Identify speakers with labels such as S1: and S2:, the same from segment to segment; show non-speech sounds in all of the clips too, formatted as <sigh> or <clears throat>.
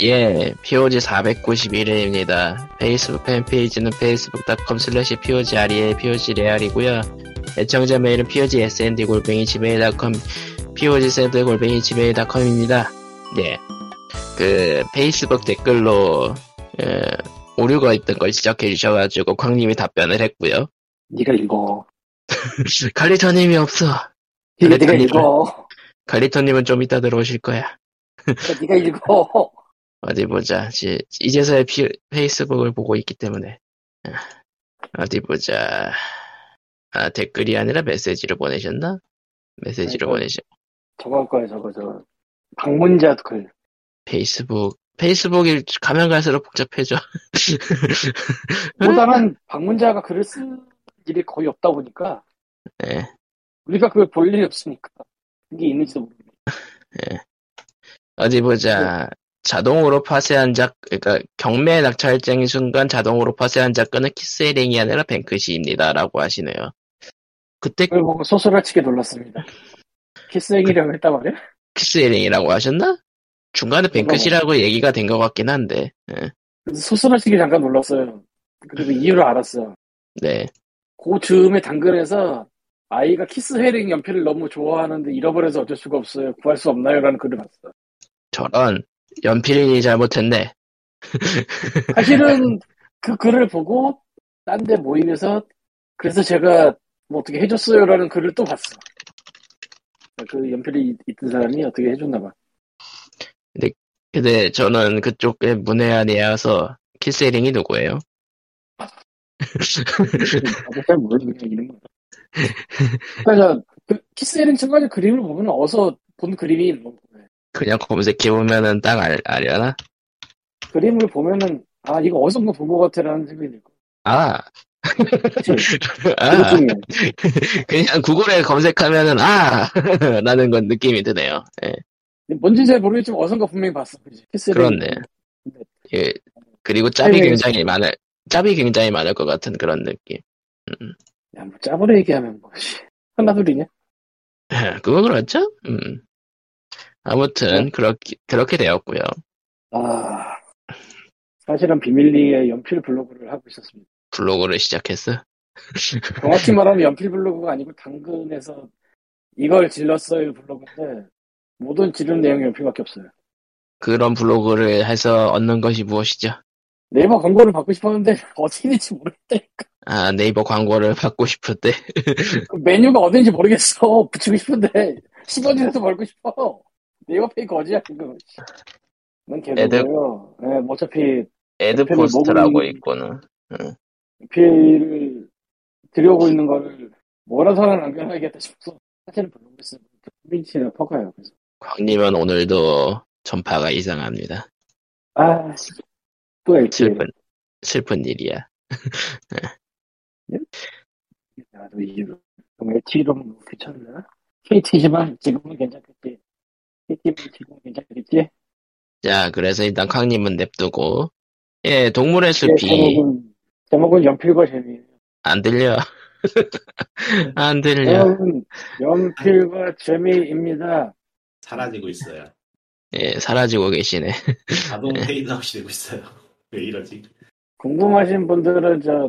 S1: 예, POG 491회입니다. 페이스북 팬페이지는 facebook.com slash POG REA, POG REAL이고요. 애청자 메일은 POG SND 골뱅이 gmail.com, POG SND 골뱅이 gmail.com입니다. 네. 그, 페이스북 댓글로, 어, 오류가 있던 걸 지적해 주셔가지고, 광님이 답변을 했고요.
S2: 네가 읽어.
S1: 칼리터님이 없어.
S2: 네가,
S1: 그래,
S2: 네가
S1: 그래.
S2: 읽어.
S1: 칼리터님은 좀 이따 들어오실 거야.
S2: <laughs> 그러니까 네가 읽어.
S1: 어디 보자. 지- 이제서야 피- 페이스북을 보고 있기 때문에. 아, 어디 보자. 아, 댓글이 아니라 메시지를 보내셨나? 메시지를
S2: 아이고.
S1: 보내신
S2: 저거 거야 저거 저 방문자 글.
S1: 페이스북. 페이스북이 가면 갈수록 복잡해져. <laughs>
S2: 보다만 방문자가 글을 쓴 일이 거의 없다 보니까
S1: 예.
S2: 우리가 그걸 볼 일이 없으니까 이게 있는지도 모르겠네.
S1: 어디
S2: 네.
S1: 보자. 자동으로 파쇄한 작, 그러니까 경매 낙찰쟁이 순간 자동으로 파쇄한 작가는 키스에링이 아니라 뱅크시입니다. 라고 하시네요. 그때
S2: 그걸 보고 소설아치게 놀랐습니다. 키스행위라고 했단 말이야?
S1: 키스에링이라고 하셨나? 중간에 뱅크시라고 얘기가 된 것 같긴 한데. 예.
S2: 그래서 소설아치게 잠깐 놀랐어요. 그리고 이유를 알았어.
S1: 네.
S2: 그 즈음에 당근에서 아이가 키스헤링 연필을 너무 좋아하는데 잃어버려서 어쩔 수가 없어요. 구할 수 없나요? 라는 글을 봤어.
S1: 저런 연필인이 잘못했네.
S2: 사실은 그 글을 보고 딴 데 모임에서 그래서 제가 뭐 어떻게 해줬어요라는 글을 또 봤어. 그 연필이 있- 있던 사람이 어떻게 해줬나 봐.
S1: 근데 저는 그쪽에 문외한이어서 키스링이 누구예요? <laughs>
S2: 나도 잘 모르는 그냥 이런 거야. 그러니까 그 키스헤링 측까지 그림을 보면 어서 본 그림이 뭐,
S1: 그냥 검색해 보면은 딱 알, 알려나?
S2: 그림을 보면은 아 이거 어디서 본것 같아라는 생각이 들고
S1: 아,
S2: 그치?
S1: 아,
S2: 그것 중에
S1: 그냥 구글에 검색하면은 아 <laughs> 라는 건 느낌이 드네요. 예,
S2: 뭔지 잘 모르겠지만 어선가 분명히 봤어. 그치? 키스를.
S1: 그렇네. 예, 그리고 짭이
S2: 아니,
S1: 굉장히 많을 짭이 굉장히 많을 것 같은 그런 느낌.
S2: 야, 뭐 짜부려 얘기하면 뭐, 씨. 하나둘이냐?
S1: 그거 그렇죠? 음. 아무튼 그렇게 그렇게 되었고요.
S2: 아. 사실은 비밀리에 연필 블로그를 하고 있었습니다.
S1: 블로그를 시작했어.
S2: 정확히 말하면 연필 블로그가 아니고 당근에서 이걸 질렀어요 블로그인데 모든 지름 내용이 연필밖에 없어요.
S1: <laughs> 그런 블로그를 해서 얻는 것이 무엇이죠?
S2: 네이버 광고를 받고 싶었는데 <laughs> 어떻게 될지 모르겠대.
S1: 아, 네이버 광고를 <laughs> 받고 싶을 때.
S2: 그 메뉴가 어딘지 모르겠어. 붙이고 싶은데 <laughs> 10원이라도 벌고 싶어. 네이버 페이 거지야 그거. 난 개도고요. 네, 뭐 어차피
S1: 에드포스트라고
S2: 먹은-
S1: 있고는.
S2: 피해를 들여오고 있는 거를 뭐라도 하나 남겨놔야겠다 싶어서 사진을 블로그에 쓰고 커뮤니티에 퍼가요. 그래서
S1: 광님은 오늘도 전파가 이상합니다.
S2: 아, 씨. 또 LTE.
S1: 슬픈, 슬픈 일이야.
S2: 나도 이유로. 그럼 LTE로 뭐 괜찮나? KT지만 지금은 괜찮겠지. KT만 지금은 괜찮겠지.
S1: 자, 그래서 일단 광님은 냅두고. 예, 동물의 숲이
S2: 네, 제목은 제목은 연필과 재미.
S1: 안 들려. <laughs> 안 들려.
S2: 여러분, 연필과 재미입니다.
S3: 사라지고 있어요.
S1: 예, 사라지고 계시네.
S3: 자동 페이드아웃이 되고 있어요. <laughs> 왜 이러지?
S2: 궁금하신 분들은 저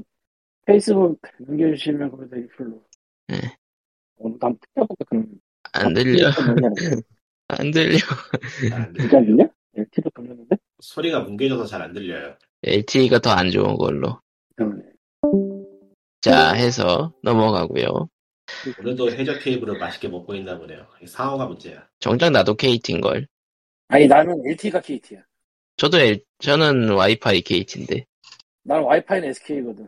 S2: 페이스북 남겨주시면 거기다 리플로.
S1: 네.
S2: 오늘 한번 틀어볼까 그럼.
S1: 안 들려.
S2: 진짜
S1: 안 들려.
S3: 잘안
S2: <laughs> 안
S3: 들려요.
S2: 들려? LTE로 돌렸는데?
S3: 소리가 뭉개져서 잘 안 들려요.
S1: LTE가 더 안 좋은 걸로.
S2: 때문에.
S1: 자, 해서 넘어가고요.
S3: 오늘도 해저 케이블을 맛있게 먹고 있나 보네요. 이 상어가 문제야.
S1: 정작 나도 KT인걸.
S2: 아니 나는 LTE가 KT야.
S1: 저도 엘- 저는 와이파이 KT인데
S2: 난 와이파이는 SK거든.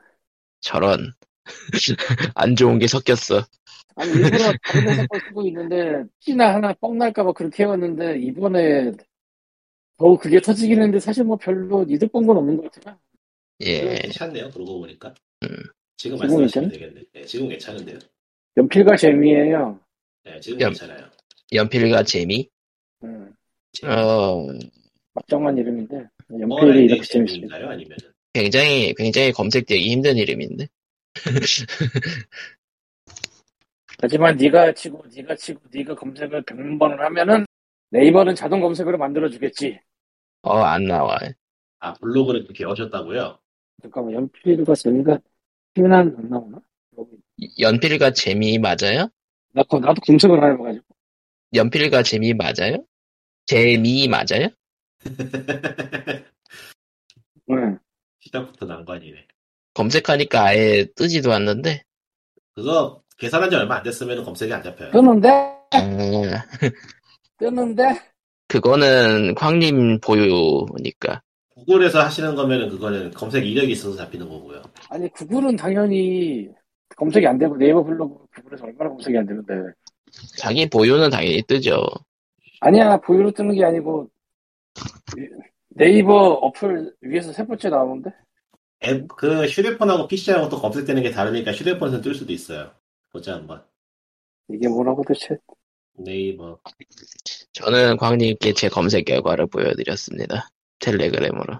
S1: 저런 <laughs> 안 좋은 게 섞였어.
S2: 아니 일부러 다른 회사 걸 쓰고 있는데 혹시나 하나 뻥 날까봐 그렇게 해왔는데 이번에 더욱 그게 터지긴 했는데 사실 뭐 별로 이득 본 건 없는 것 같아요.
S3: 지금
S1: 예,
S3: 괜찮네요. 그러고 보니까.
S1: 음.
S2: 지금
S3: 지금 말씀하시면 되겠네. 네, 지금 괜찮은데요.
S2: 연필과 재미예요.
S3: 네, 지금
S1: 야.
S3: 괜찮아요. 예.
S1: 연필과 재미.
S2: 음,
S1: 어,
S2: 막장한 이름인데 연필이
S3: 어라인의 예,
S2: 이렇게 재밌습니다.
S3: 재미인가요? 아니면
S1: 굉장히 굉장히 검색되기 힘든 이름인데.
S2: 하지만 네가 치고 네가 치고 네가 검색을 100만 번을 하면은 네이버는 자동 검색으로 만들어주겠지.
S1: 어, 안 나와.
S3: 아, 블로그를 그렇게 여셨다고요? <laughs>
S2: 잠깐만 그러니까 뭐 연필과 재미가 피난 안 나오나?
S1: 연필과 재미 맞아요?
S2: 나 거- 나도 검색을 안 해봐가지고
S1: 연필과 재미 맞아요? 재미 맞아요?
S2: 네.
S3: 시작부터 난관이네.
S1: 검색하니까 아예 뜨지도 않는데.
S3: 그거 계산한 지 얼마 안 됐으면 검색이 안 잡혀요.
S2: 어? 뜨는데
S1: 아,
S2: 뜨는데
S1: 그거는 광림 보유니까.
S3: 구글에서 하시는 거면은 그거는 검색 이력이 있어서 잡히는 거고요.
S2: 아니 구글은 당연히 검색이 안 되고 네이버 블로그 구글에서 얼마나 검색이 안 되는데
S1: 자기 보유는 당연히 뜨죠.
S2: 아니야 보유로 뜨는 게 아니고 네이버 어플 위에서 세 번째 나오는데
S3: 앱, 그 휴대폰하고 PC하고 또 검색되는 게 다르니까 휴대폰에서 뜰 수도 있어요. 보자 한번.
S2: 이게 뭐라고 대체
S3: 네이버.
S1: 저는 광님께 제 검색 결과를 보여드렸습니다. 텔레그램으로.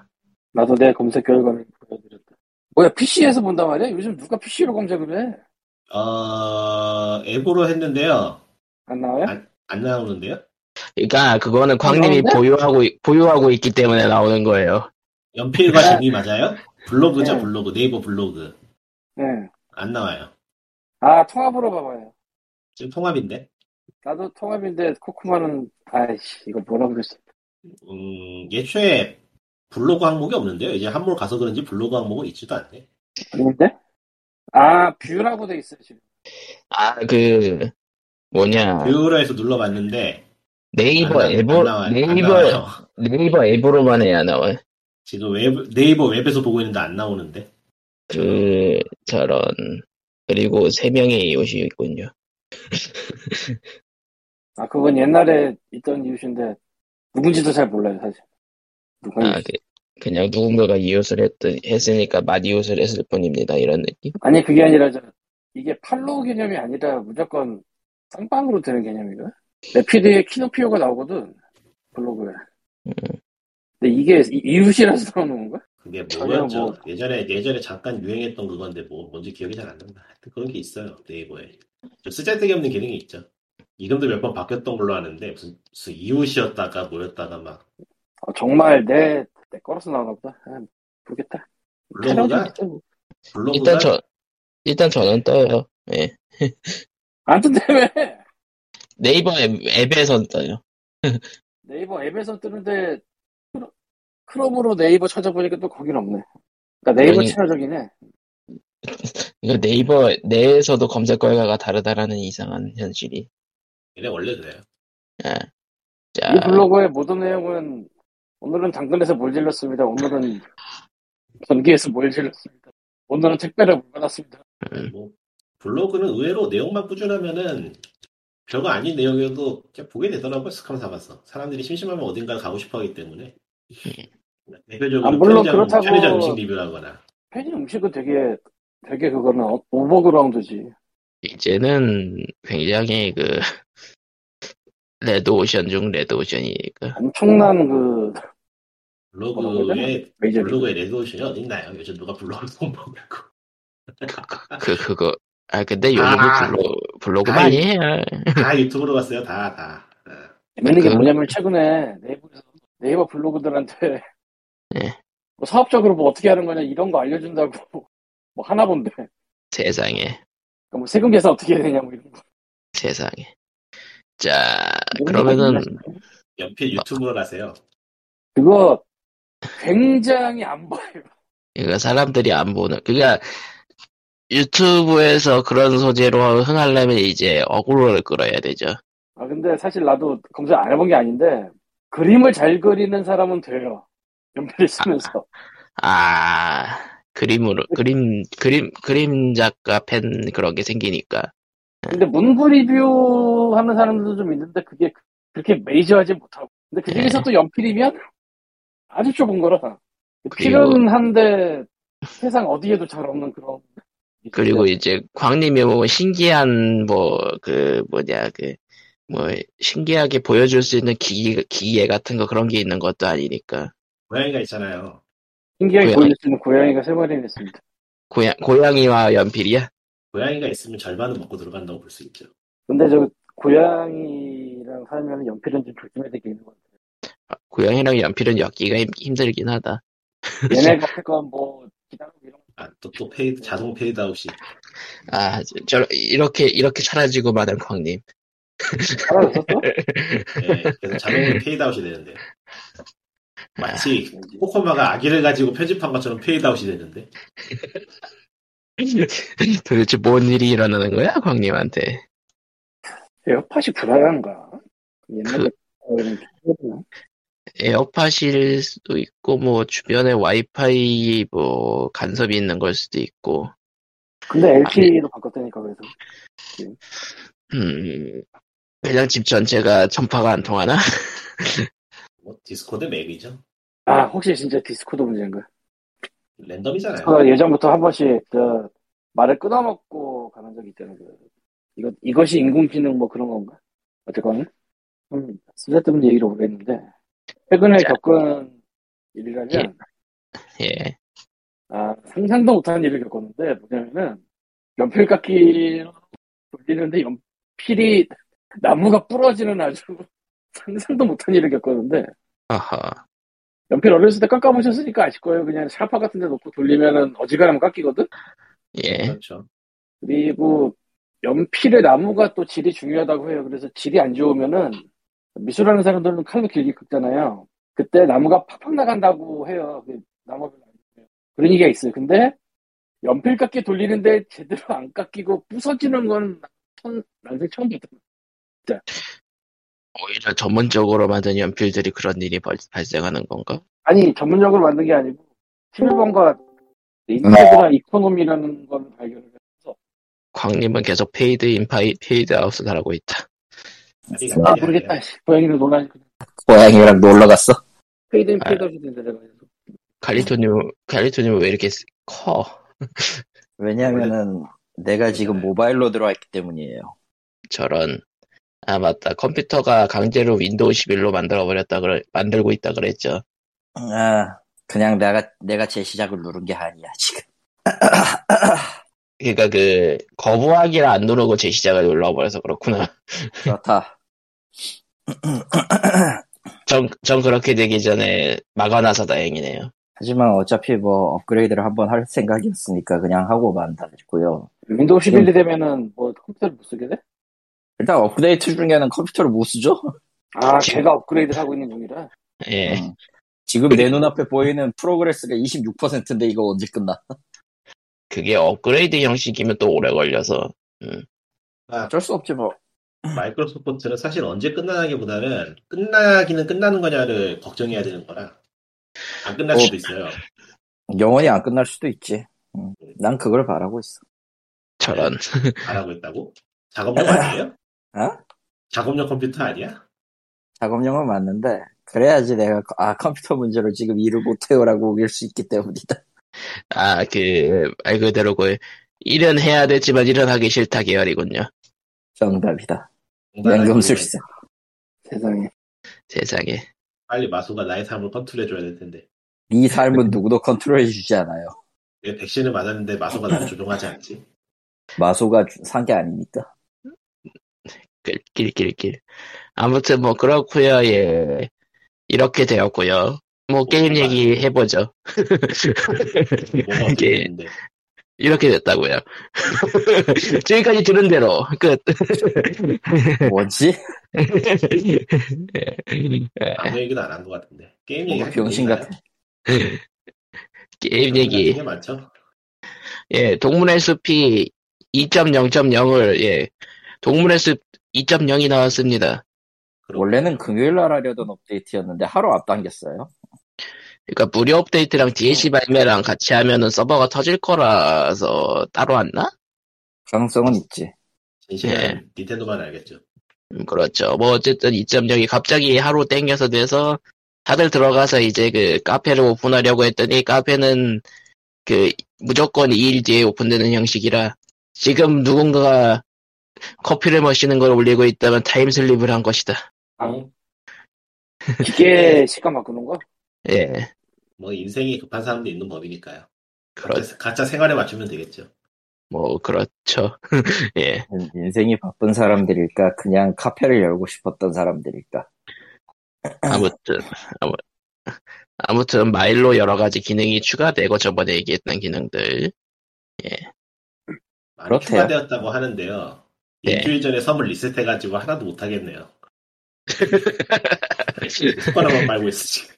S2: 나도 내 검색 결과를 보여드렸다 뭐야 PC에서 본단 말이야? 요즘 누가 PC로 검색을 해?
S3: 어, 앱으로 했는데요.
S2: 안 나와요?
S3: 안 나오는데요?
S1: 그러니까 그거는 광님이
S2: 나오는데?
S1: 보유하고 있- 보유하고 있기 때문에 나오는 거예요.
S3: 연필과
S2: 네.
S3: 재미 맞아요? 블로그죠,
S2: 네.
S3: 블로그. 네이버 블로그.
S2: 네.
S3: 안 나와요.
S2: 아 통합으로 봐봐요
S3: 지금 통합인데?
S2: 나도 통합인데 코코마는 아이씨 이거 뭐라고 그랬어
S3: 음, 예초에 블로그 항목이 없는데요. 이제 한몰 가서 그런지 블로그 항목은 있지도 않네.
S2: 아닌데? 아 뷰라고 돼 있어 지금
S1: 아, 그 뭐냐?
S3: 뷰러에서 눌러봤는데
S1: 네이버
S3: 그 안 나- 안 나와요.
S1: 앱으로
S3: 안
S1: 네이버
S3: 나와요.
S1: 네이버 앱으로만 해야 나와요.
S3: 지금 웹, 네이버 웹에서 보고 있는데 안 나오는데.
S1: 그 저런 그리고 세 명의 이웃이 있군요.
S2: 아 그건 옛날에 있던 이웃인데 누군지도 잘 몰라요 사실 누가
S3: 음.
S1: 아,
S2: 이웃.
S1: 그, 그냥 누군가가 이웃을 했던 했으니까 맛 이웃을 했을 뿐입니다. 이런 느낌.
S2: 아니 그게 아니라 저 이게 팔로우 개념이 아니라 무조건 쌍방으로 되는 개념이거든 내 피드에 키노피오가 나오거든 블로그에 음. 근데 이게 이- 이웃이라서 나오는 건가?
S3: 그게
S2: 전혀
S3: 뭐였죠?
S2: 뭐-
S3: 예전에 예전에 잠깐 유행했던 그건데 뭐 뭔지 기억이 잘 안 난다. 하여튼 그런 게 있어요 네이버에. 좀 쓰잘데기 없는 기능이 있죠. 이름도 몇 번 바뀌었던 걸로 아는데 무슨, 무슨 이웃이었다가 뭐였다가 막
S2: 어, 정말 내, 내 걸어서 나오나 보다 아, 모르겠다 뭐.
S3: 블로그가 블로그가
S1: 일단 저 일단 저는 떠요. 예.
S2: 안 뜬다며
S1: 네이버 앱, 앱에선 떠요.
S2: 네이버 앱에서 뜨는데 크롬- 크롬으로 네이버 찾아보니까 또 거긴 없네. 그러니까 네이버
S1: 아니.
S2: 친화적이네.
S1: 그러니까 네이버 내에서도 검색 결과가 다르다라는 이상한 현실이.
S3: 얘네 원래 그래요.
S1: 자,
S2: 이 블로그의 모든 내용은 오늘은 당근에서 뭘 질렀습니다. 오늘은 전기에서 뭘 질렀습니다. 오늘은 택배를 못 받았습니다.
S1: 음.
S3: 뭐 블로그는 의외로 내용만 꾸준하면은 별거 아닌 내용이어도 그냥 보게 되더라고요. 스캄 삼아서 사람들이 심심하면 어딘가 가고 싶어하기 때문에 대표적으로
S2: 예. 아, 물론
S3: 편의점,
S2: 그렇다고-
S3: 편의점 음식 리뷰하거나
S2: 편의 음식은 되게 되게 그거는 어- 오버그라운드지.
S1: 이제는 굉장히 그 레드 오션 중 레드 오션이니까.
S2: 엄청난 그 뭐라고 해야
S3: 블로그에
S2: 메이저
S3: 블로그에 레드오션이 어딨나요? 요즘 누가 블로그를 못 먹고
S1: 그 그거. 아 근데 요즘은
S3: 아.
S1: 블로 블로그
S3: 아이.
S1: 많이 해요.
S2: <laughs>
S3: 다 유튜브로 갔어요. 다 다. 어.
S2: 재밌는 게
S1: 그-
S2: 뭐냐면 최근에 네이버에서 네이버 블로그들한테
S1: 예.
S2: 뭐 사업적으로 뭐 어떻게 하는 거냐 이런 거 알려준다고 <laughs> 뭐 하나 본데
S1: 세상에
S2: 그러니까 뭐 세금 계산 어떻게 해야 되냐 뭐 이런 거
S1: 세상에. 자
S2: 이런 거
S1: 그러면은
S2: 있나?
S3: 연필 유튜브로 가세요.
S2: 그거 굉장히 안 봐요
S1: 그러니까 사람들이 안 보는. 그러니까 유튜브에서 그런 소재로 흥하려면 이제 어그로를 끌어야 되죠.
S2: 아 근데 사실 나도 검색 안 해본 게 아닌데 그림을 잘 그리는 사람은 돼요 연필을 쓰면서
S1: 아, 그림으로, 그림, 그림, 그림 작가 팬 그런 게 생기니까.
S2: 근데 문구 리뷰 하는 사람들도 좀 있는데 그게 그렇게 메이저하지 못하고 근데 그 중에서
S1: 네.
S2: 또 연필이면 아주 좁은 거라 필요는 한데 세상 어디에도 잘 없는 그런
S1: 그리고 이제 광님이 뭐 신기한 뭐, 그, 뭐냐, 그, 뭐, 신기하게 보여줄 수 있는 기계, 기계 같은 거 그런 게 있는 것도 아니니까.
S3: 고양이가 있잖아요.
S2: 신기하게
S1: 고양이.
S2: 보여주는 고양이가 세 마리 있습니다
S1: 고양, 고양이와 연필이야?
S3: 고양이가 있으면 절반은 먹고 들어간다고 볼 수 있죠.
S2: 근데 저 고양이랑 살면 연필은 좀 조심해야 되겠는 것 같아요.
S1: 고양이랑 연필은 엮기가 힘- 힘들긴 하다.
S2: 얘네 같은 건뭐 기다리고 이런 거
S3: 아, 또, 또 페이, 자동 페이드 아웃이.
S1: 아, 저, 저- 이렇게, 이렇게 사라지고 마는 광님. <laughs>
S2: 알아줬어?
S1: 네.
S3: 예,
S2: <laughs>
S3: 그래서 자동으로 페이드 아웃이 되는데.
S2: 아.
S3: 마치 코코마가 아기를 가지고 편집한 것처럼 페이드 아웃이 되는데.
S1: 도대체 뭔 일이 일어나는 거야, 광님한테?
S2: 에어팟이 불안한가? 옛날에 그런 게 있었나?
S1: 에어팟일 수도 있고, 뭐, 주변에 와이파이, 뭐, 간섭이 있는 걸 수도 있고,
S2: 근데 LTE로 바꿨다니까 그래서
S1: 음, 그냥 집 전체가 전파가 안 통하나? <laughs>
S3: 뭐, 디스코드 맥이죠.
S2: 아 혹시 진짜 디스코드 문제인가?
S3: 랜덤이잖아요.
S2: 저 예전부터 한 번씩 저 말을 끊어먹고 가는 적이 있다는 거. 이거 이것이 인공지능 뭐 그런 건가? 어쨌건 음, 쓸데없는 얘기를 오래 했는데 최근에
S1: 자.
S2: 겪은 일이라면
S1: 예.
S2: 아 상상도 못한 일을 겪었는데 뭐냐면은 연필 깎기로 돌리는데 연필이 나무가 부러지는 아주 <laughs> 상상도 못한 일을 겪었는데
S1: 어허.
S2: 연필 어렸을 때 깎아보셨으니까 아실 거예요. 그냥 샤파 같은 데 놓고 돌리면은 어지간하면 깎이거든?
S1: 예.
S3: 그렇죠.
S2: 그리고 연필의 나무가 또 질이 중요하다고 해요. 그래서 질이 안 좋으면은 미술하는 사람들은 칼로 길게 긁잖아요. 그때 나무가 팍팍 나간다고 해요. 그 나무가 별로 안 좋아요. 그런 얘기가 있어요. 근데 연필 깎기 돌리는데 제대로 안 깎이고 부서지는 건 처음, 난생 처음 봤다.
S1: 오히려 전문적으로 만든 연필들이 그런 일이 벌- 발생하는 건가?
S2: 아니 전문적으로 만든 게 아니고 11번과 인테드라 이코노미라는 걸 발견을 해서
S1: 광님은 계속 페이드 인, 파이, 페이드 아웃을 하고 있다.
S3: 아니,
S2: 아
S3: 아니,
S2: 모르겠다.
S3: 아니야.
S2: 고양이는 논란
S4: 고양이랑 놀러 갔어?
S2: 페이드 인 페이드 없이 된다 내가 해서.
S1: 갈리토님, 갈리토님은 왜 이렇게 쓰- 커?
S4: 왜냐면은 내가 지금 모바일로 들어왔기 때문이에요.
S1: 저런. 아, 맞다. 컴퓨터가 강제로 윈도우 11로 만들어버렸다, 그래, 만들고 있다 그랬죠.
S4: 아, 그냥 내가 내가 제 시작을 누른 게 아니야 지금.
S1: 그러니까 그, 거부하기를 안 누르고 제 시작을 눌러버려서 그렇구나. <laughs>
S4: 그렇다.
S1: 전, 전 그렇게 되기 전에 막아놔서 다행이네요.
S4: 하지만 어차피 뭐 업그레이드를 한번 할 생각이었으니까 그냥 하고 만다고요.
S2: 윈도우 11이 되면은 뭐 컴퓨터를 못 쓰게 돼?
S4: 일단 업그레이드 중에는 컴퓨터를 못 쓰죠.
S2: 아, 걔가 업그레이드를 하고 있는 중이라.
S1: 예.
S4: 음. 지금 내 눈앞에 보이는 프로그레스가 26%인데 이거 언제 끝나?
S1: 그게 업그레이드 형식이면 또 오래 걸려서.
S3: 아,
S4: 어쩔 수 없지 뭐.
S3: 마이크로소프트는 사실 언제 끝나기보다는 끝나기는 끝나는 거냐를 걱정해야 되는 거라. 안 끝날
S4: 어.
S3: 수도 있어요.
S4: 영원히 안 끝날 수도 있지. 음, 난 그걸 바라고 있어.
S1: 저런.
S3: 안 하고 있다고? 작업용 아니에요?
S4: 어?
S3: 작업용 컴퓨터 아니야?
S4: 작업용은 맞는데 그래야지 내가 거- 아 컴퓨터 문제로 지금 일을 못해요라고 우길 수 있기 때문이다. <laughs>
S1: 아, 그, 말 그대로 그, 일은 해야 되지만 일은 하기 싫다 계열이군요.
S4: 정답이다. 네,
S3: 정말
S4: 연금술사.
S2: 세상에.
S1: 세상에.
S3: 빨리 마수가 나의 삶을 컨트롤해줘야 될 텐데.
S4: 네 삶은 누구도 컨트롤해 주지 않아요.
S3: 왜 백신을 맞았는데 마수가
S4: <laughs>
S3: 나를 조종하지 않지?
S4: 마소가 산 게 아니니까. <laughs>
S1: 길, 길, 길, 길. 아무튼 뭐, 그렇구요, 예. 이렇게 되었구요. 뭐, 게임 얘기 해보죠. <laughs>
S3: 뭐가 어떻게
S1: 이게,
S3: 됐는데.
S1: 이렇게 됐다고요. <laughs> 지금까지 들은 대로 끝. <laughs>
S4: 뭐지?
S1: 예,
S3: 아무 얘기도 안 한 것 같은데. 게임 얘기
S4: 뭔가 병신 같아.
S1: 게임 얘기.
S3: 게 많죠?
S1: 예, 동물의 숲이 2.0.0을 예, 동물의 숲 2.0이 나왔습니다.
S3: 그럼
S4: 원래는 금요일 날 하려던 업데이트였는데 하루 앞당겼어요.
S1: 그러니까 무료 업데이트랑 DLC 발매랑 같이 하면은 서버가 터질 거라서 따로 안 나?
S4: 가능성은 있지.
S3: 진실은
S1: 예.
S3: 닌텐도만 알겠죠.
S1: 음, 그렇죠. 뭐 어쨌든 2.0이 갑자기 하루 땡겨서 돼서 다들 들어가서 이제 그 카페를 오픈하려고 했더니 카페는 그 무조건 2일 뒤에 오픈되는 형식이라 지금 누군가가 커피를 마시는 걸 올리고 있다면 타임슬립을 한 것이다.
S2: 아, 기계 시간 바꾸는 거?
S1: 예.
S3: 뭐 인생이 급한 사람도 있는 법이니까요.
S1: 그렇,
S3: 가짜, 가짜 생활에 맞추면 되겠죠.
S1: 뭐, 그렇죠. <laughs> 예.
S4: 인생이 바쁜 사람들일까? 그냥 카페를 열고 싶었던 사람들일까?
S1: 아무튼 아무, 아무튼 마일로 여러 가지 기능이 추가되고 저번에 얘기했던 기능들
S3: 많이
S5: 그렇대요.
S3: 추가되었다고 하는데요.
S1: 네.
S3: 일주일 전에 선물 리셋해가지고 하나도 못하겠네요. 숟가락만 빨고 있어 지금.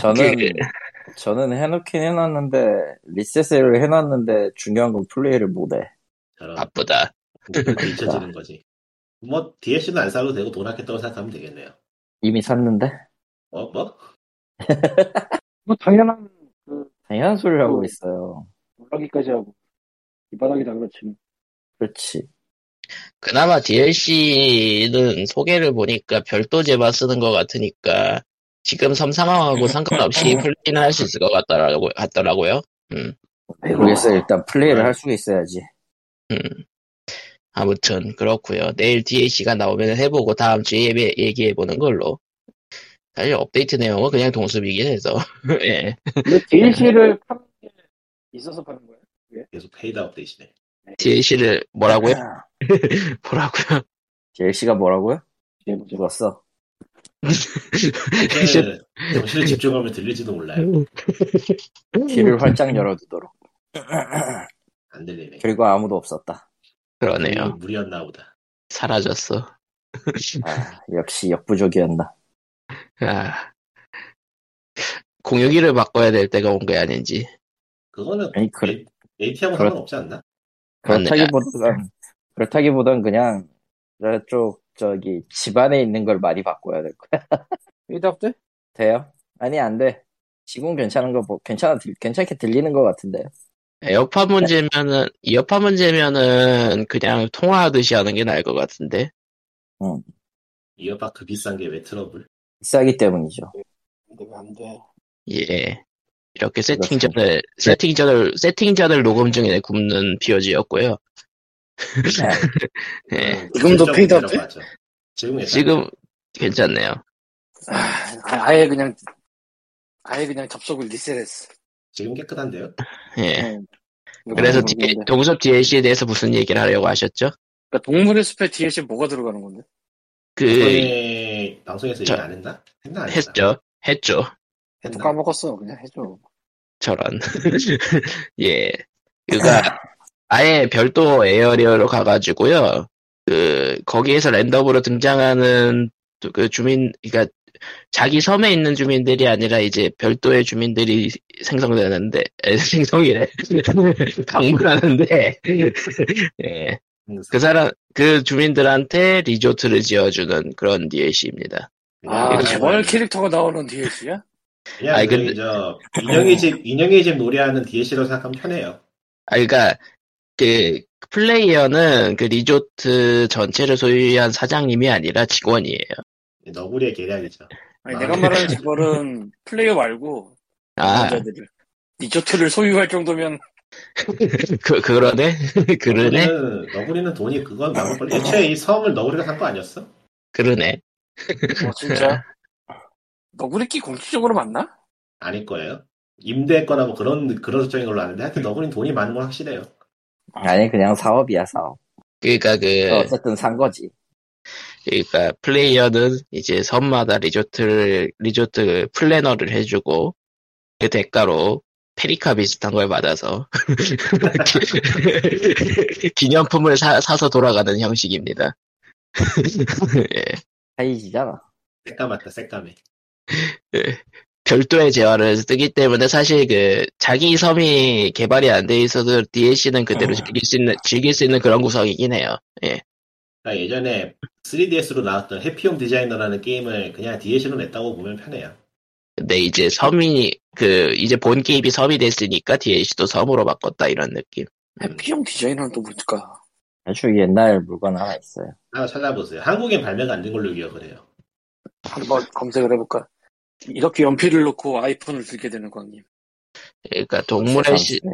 S5: 저는
S1: 그-
S5: 저는 해놓긴 해놨는데 리셋을 해놨는데 중요한 건 플레이를 못해.
S3: 저런
S1: 아. 바쁘다.
S3: 뭔가 잊혀지는 거지. 뭐 DLC는 안 사도 되고 돈 아꼈다고 생각하면 되겠네요.
S5: 이미 샀는데
S3: 어 뭐?
S2: 뭐 당연한 그
S5: 당연한 소리를 하고
S2: 음.
S5: 있어요.
S2: 놀라기까지 하고 이 바닥이 다 그렇지.
S5: 그렇지.
S1: 그나마 DLC는 소개를 보니까 별도 제바 쓰는 것 같으니까 지금 섬 상황하고 상관없이 플레이는 할 수 있을 것 같더라고, 같더라고요.
S2: 네,
S5: 모르겠어요. 일단 플레이를
S1: 네.
S3: 음.
S5: 할 수가 있어야지.
S1: 아무튼 그렇고요. 내일 DLC가 나오면 해보고 다음 주에 예- 얘기해보는 걸로. 사실 업데이트 내용은 그냥 동숲이긴 해서 <laughs> 예.
S2: 근데 DLC를 파는 게 있어서 파는 거야.
S3: 계속 페이드아웃 대신에
S1: DLC를 뭐라고요?
S4: 아.
S1: 뭐라고요?
S5: DLC가 아, 뭐라고요?
S2: 네, 뭐죠.
S5: 죽었어.
S1: 이제-
S3: 네, 정신을 집중하면 들릴지도 몰라요.
S1: 음. <laughs>
S5: 귀를 활짝 열어두도록.
S3: 안 들리네. 음,
S5: 그리고 아무도 없었다.
S1: 그러네요.
S3: 무리였나 보다.
S1: 사라졌어. <laughs>
S5: 아, 역시 역부족이었나.
S1: 아. 공유기를 바꿔야 될 때가 온 게 아닌지.
S3: 그거는
S5: 아니 그래,
S3: AT하고
S5: 그렇-
S3: 상관없지 않나?
S1: <laughs>
S5: 그렇다기보단 그렇다기보단 그냥 저쪽 저기 집안에 있는 걸 많이 바꿔야 될 거야. <laughs>
S2: 이게 답 돼?
S5: 돼요? 아니 안 돼. 지금 괜찮은 거 뭐, 괜찮아 들- 괜찮게 들리는 것 같은데.
S1: 에어팟 문제면은 이어팟 문제면은 그냥 통화하듯이 하는 게 나을 것 같은데.
S3: 이어팟 그 비싼 게 왜 트러블?
S5: 비싸기
S1: <laughs>
S5: 때문이죠.
S2: 근데 안 돼.
S1: 예. 이렇게 세팅전을 세팅전을 세팅전을 녹음 중에 굽는 피어지였고요.
S3: 음,
S1: 예.
S2: 지금도
S3: 결정
S2: 페이드아웃 돼?
S3: 문제라고 하죠. 지금 괜찮아요.
S1: 지금 괜찮네요.
S2: 아, 아예 그냥 아예 그냥 접속을 리셋했어.
S3: 지금 깨끗한데요?
S1: 예.
S2: 네. 이거
S1: 그래서
S2: 많이
S1: D-
S2: 모르겠는데.
S1: 동섭 DLC에 대해서 무슨 얘기를 하려고 하셨죠?
S2: 그러니까 동물의 숲에 DLC 에 뭐가 들어가는 건데?
S3: 아,
S1: 그
S3: 이번에 방송에서 얘기
S1: 저-
S3: 안 했나? 했나 안 했나?
S1: 했죠. 했죠.
S2: 또
S3: 했나?
S2: 까먹었어. 그냥 해줘.
S1: 저런. <laughs> 예. 그가 아예 별도 에어리어로 가가지고요. 그 거기에서 랜덤으로 등장하는 또그 주민, 그러니까 자기 섬에 있는 주민들이 아니라 이제 별도의 주민들이 생성되는데 에, <laughs> 생성이래 강물하는데 <laughs> 예.
S3: 음,
S1: 그 사람 그 주민들한테 리조트를 지어주는 그런 DLC입니다.
S2: 아,
S1: 이거
S2: 개발 캐릭터가 나오는 DLC야?
S3: 그냥
S1: 아니,
S3: 아니,
S1: 근데- 어.
S3: 근데... 저 인형의 집 인형의 집 노래하는 DLC라고 생각하면 편해요.
S1: 아, 그러니까 그 플레이어는 그 리조트 전체를 소유한 사장님이 아니라 직원이에요.
S3: 너구리의 계략이죠.
S2: 아니, 네.
S3: 아.
S2: 내가 말하는 재벌은 플레이어 말고
S1: 아,
S2: 남자들을 리조트를 소유할 정도면
S1: <laughs> 그 그러네, <laughs> 어, 그러네,
S3: 너구리는, 너구리는 돈이 그건 나무 빨리. 애초에 이 섬을 너구리가 산 거 아니었어?
S1: 그러네.
S2: 뭐
S3: <laughs>
S2: 진짜 너구리끼 공식적으로 맞나?
S3: 아닐 거예요. 임대했거나 뭐 그런 그런 설정인 걸로 아는데 하여튼 너구리는 돈이 많은 건 확실해요.
S5: 아니 그냥 사업이야 사업.
S1: 그러니까 그
S5: 어쨌든 산 거지.
S1: 그러니까 플레이어는 이제 섬마다 리조트를 리조트 플래너를 해주고 그 대가로 페리카 비슷한 걸 받아서 <laughs> 기- 기념품을 사, 사서 돌아가는 <laughs> 형식입니다. 예.
S5: 사이지잖아.
S3: 새까맣다 새까매.
S1: 별도의 재화를 쓰기 때문에 사실 그 자기 섬이 개발이 안 돼 있어도 DLC는 그대로 즐길 수 있는 즐길 수 있는 그런 구성이긴 해요.
S3: 그러니까 예전에 3DS로 나왔던 해피홈 디자이너라는 게임을 그냥 DLC로 냈다고 보면 편해요.
S1: 근데 이제 섬이 그 이제 본 게임이 섬이 됐으니까 DLC도 섬으로 바꿨다 이런 느낌.
S3: 음.
S2: 해피형 디자인은 또 뭘까?
S5: 아주 옛날 물건 하나 있어요.
S3: 하나 찾아보세요. 한국엔 발매가 안 된 걸로 기억을 해요.
S2: 한번 검색을 해볼까? 이렇게 연필을 놓고 아이폰을 들게 되는 광님.
S1: 그러니까 동물의 시
S5: 세상에.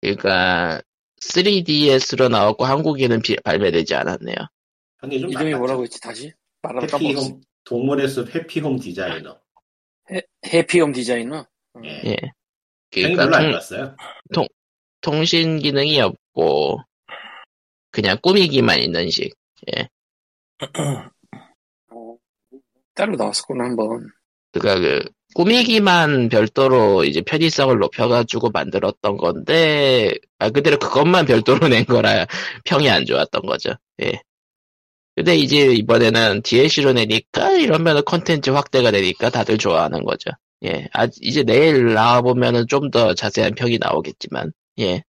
S1: 그러니까 3DS로 나왔고 한국에는 비- 발매되지 않았네요.
S3: 한게 좀
S2: 이름이
S3: 낫죠.
S2: 뭐라고 했지 다시? 말하면 까먹었어.
S3: 해피홈 동물의 숲 해피홈 디자이너.
S2: 해피형 디자이너? 음.
S3: 예.
S1: 예.
S3: 형이
S1: 그러니까
S3: 별로 안
S1: 통,
S3: 좋았어요.
S1: 통신 기능이 없고 그냥 꾸미기만 있는 식.
S2: 어, 따로 나왔었구나 한번.
S1: 그니까 그 꾸미기만 별도로 이제 편의성을 높여가지고 만들었던 건데 말 그대로 그것만 별도로 <laughs> 낸 거라 평이 안 좋았던 거죠. 예. 근데 이제 이번에는 DLC로 내니까 이러면 컨텐츠 확대가 되니까 다들 좋아하는 거죠. 예. 아 이제 내일 나와보면은 좀 더 자세한 평이 나오겠지만 예.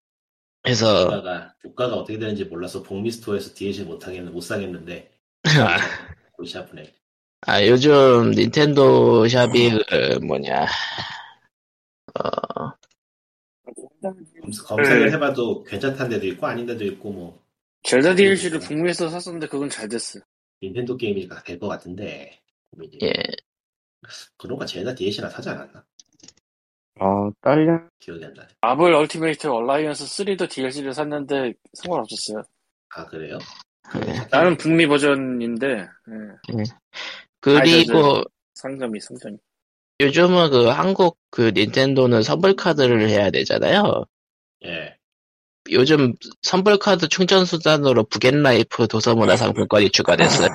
S1: 그래서
S3: 주가가 주가가 어떻게 되는지 몰라서 북미 스토어에서 DLC 못 하겠는 못 사겠는데 골치 아프네.
S1: <laughs> 아, 요즘 닌텐도 샵이 그 뭐냐
S3: 검사- 검색을
S2: 네.
S3: 해봐도 괜찮다는 데도 있고 아닌 데도 있고 뭐
S2: 젤다 DLC를 북미에서 샀었는데 그건 잘 됐어.
S3: 닌텐도 게임이 될것 같은데 고민이.
S1: 예.
S3: 그런가 제가 DLC나 사지 않았나
S4: 어, 딸려.
S3: 기억이 안 나네.
S2: 마블 얼티메이트 얼라이언스 3도 DLC를 샀는데 상관없었어요.
S3: 아 그래요?
S2: 나는 북미 버전인데 예.
S1: 그리고
S2: 상점이 상점이.
S1: 요즘은 그 한국 그 닌텐도는 선불 카드를 해야 되잖아요.
S3: 예.
S1: 요즘 선불 카드 충전 수단으로 부겟라이프 도서문화 상품권이 추가됐어요.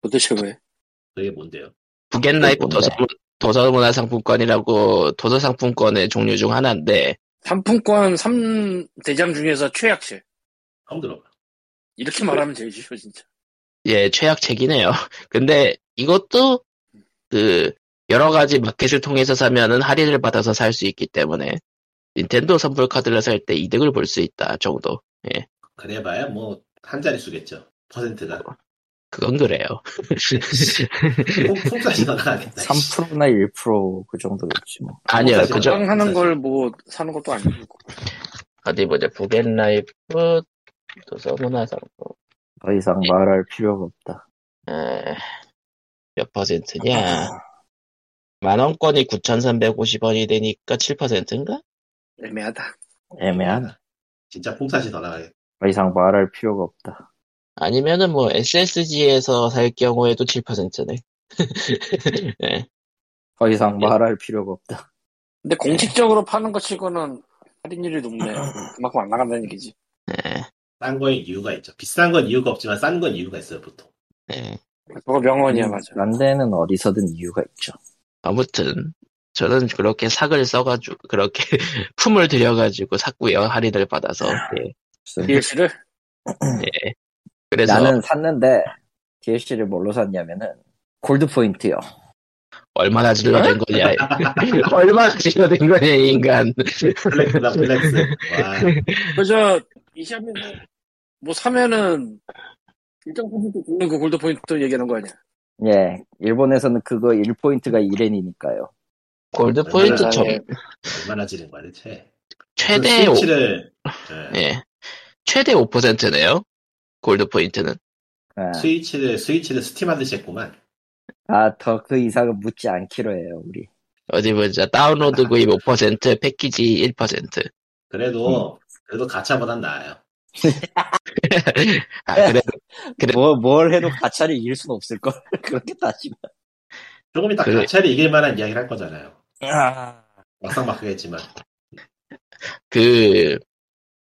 S2: 도대체 왜?
S3: 그게 뭔데요?
S1: 부겟라이프
S4: 뭔데?
S1: 도서문 도서문화 상품권이라고 도서 상품권의 종류 중 하나인데
S2: 상품권 3대장 중에서 최약실.
S3: 처음 들어봐.
S2: 이렇게 말하면 제일 쉬워 진짜.
S1: 예, 최악책이네요. <laughs> 근데 이것도 그 여러 가지 마켓을 통해서 사면은 할인을 받아서 살 수 있기 때문에 닌텐도 선불 카드를 살 때 이득을 볼 수 있다 정도.
S3: 그래봐야 뭐 한 자리 수겠죠. 퍼센트가
S1: 그건 그래요. <laughs>
S3: 풍사시 나가겠다.
S4: 3%나 1%그 정도겠지 뭐.
S1: 아니요, 그죠?
S2: 상 하는
S3: 사실.
S2: 걸 뭐 사는 것도 아니고.
S1: 어디 보자. 부겐라이프 도서 문화상품.
S4: 더 이상 말할 필요가 없다.
S1: 에, 몇 퍼센트냐? 만 원권이 9,350원이 되니까 7%인가?
S2: 애매하다.
S4: 애매한.
S3: 진짜 풍사시 더 나가겠다.
S4: 더 이상 말할 필요가 없다.
S1: 아니면은 뭐 SSG에서 살 경우에도 7%네. 예.
S4: 더 이상 말할 필요가 없다.
S2: 근데 공식적으로 파는 것 치고는 할인율이 높네. 그만큼 안 나간다는 얘기지.
S1: 네,
S3: 싼 거에 이유가 있죠. 비싼 건 이유가 없지만 싼 건 이유가 있어요 보통.
S1: 네.
S2: 그거
S1: 예,
S2: 명언이야
S4: 음.
S2: 맞아.
S4: 난데는 어디서든 이유가 있죠.
S1: 아무튼 저는 그렇게 삭을 써가지고 그렇게 <laughs> 품을 들여가지고 샀고요 할인을 받아서 예.
S4: 무슨
S2: DLC를
S1: 그래서
S4: 나는 샀는데 DLC를 뭘로 샀냐면은 골드 포인트요.
S1: 얼마나 질러댄 거냐 <laughs> 얼마나 질러댄 거냐 이 인간
S3: 플렉스다 플렉스. 와
S2: 그저 이 샵에서 뭐 사면은 일정 포인트 주는 그 골드 포인트 얘기하는 거 아니야?
S4: 예, 일본에서는 그거 1포인트가 1엔이니까요.
S1: <laughs> 골드 포인트
S3: 얼마나
S1: 점
S2: 예.
S3: 얼마나 지른 거야 대체?
S1: 최대
S3: 그
S1: 5,
S3: 스위치를 예.
S1: 예 최대 5%네요 골드 포인트는
S4: 예.
S3: 스위치를 스위치를 스팀 하듯이 했구만.
S4: 아, 더 그 이상은 묻지 않기로 해요, 우리.
S1: 어디 보자 다운로드 구입 5% 패키지 1%
S3: 그래도
S1: 음.
S3: 그래도 가차보단 나아요.
S1: 아, 그래 그래.
S4: 뭐, 뭘 해도 가차를 이길 순 없을 걸. <laughs> 그렇게 따지면.
S3: 조금 이따
S1: 그래.
S3: 가차를 이길 만한 이야기를 할 거잖아요.
S4: 아,
S3: 막상 막하겠지만
S1: 그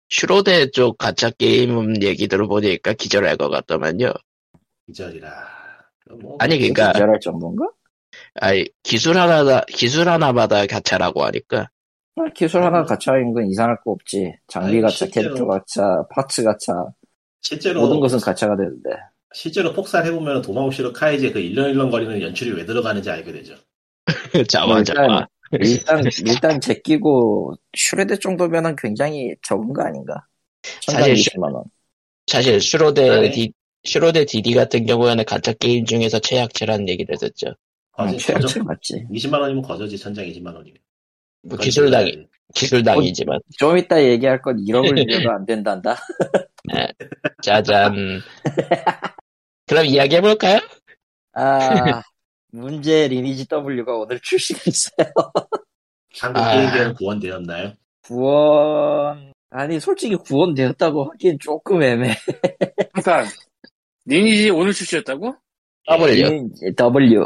S1: 슈로데 쪽 가짜 게임 얘기 들어보니까 기절할 것 같더만요.
S3: 기절이라. 뭐,
S1: 아니 그러니까
S4: 기절할 정도인가?
S1: 아니, 기술 하나 기술 하나마다 가차라고 하니까 <laughs>
S4: 아, 기술 하나 가차인 건 이상할 거 없지.
S3: 음.
S4: 장비
S3: 아니,
S4: 가차,
S3: 실제로-
S4: 캐릭터 가차, 파츠 가차,
S3: 실제로
S4: 모든 것은 가차가 되는데.
S3: 실제로 폭사해 보면 도마무시로 카이지의 그 일렁일렁거리는 연출이 왜 들어가는지 알게 되죠. 아,
S1: 자와
S4: 그러니까
S1: 자와
S3: <laughs>
S4: 일단, 일단 제끼고, 슈레드 정도면은 굉장히 적은 거 아닌가?
S1: 사실
S4: 10만원.
S1: 사실 슈로데
S3: 그러네.
S1: 디 슈로데 디디 같은 경우에는 가짜 게임 중에서 최악체라는 얘기를 했었죠. 음,
S3: 거저
S4: 최악치
S3: 거저-
S4: 맞지.
S3: 20만 원이면 거저지 천장 20만 원이면.
S1: 뭐 기술당이 기술당이지만
S4: 좀 이따 얘기할 건
S3: <laughs>
S4: 1억을 내려도 안 된단다.
S1: 짜잔. 그럼 이야기해 볼까요?
S3: <laughs>
S4: 아, 문제 리니지 W가 오늘 출시했어요. <laughs>
S3: 한국
S1: 아.
S3: 게임계는 구원되었나요?
S4: 구원, 아니, 솔직히 구원되었다고 하기엔 조금 애매해.
S2: 잠깐 그러니까 니니지 오늘 출시였다고?
S4: 예.
S1: 더블요.
S4: <laughs> W.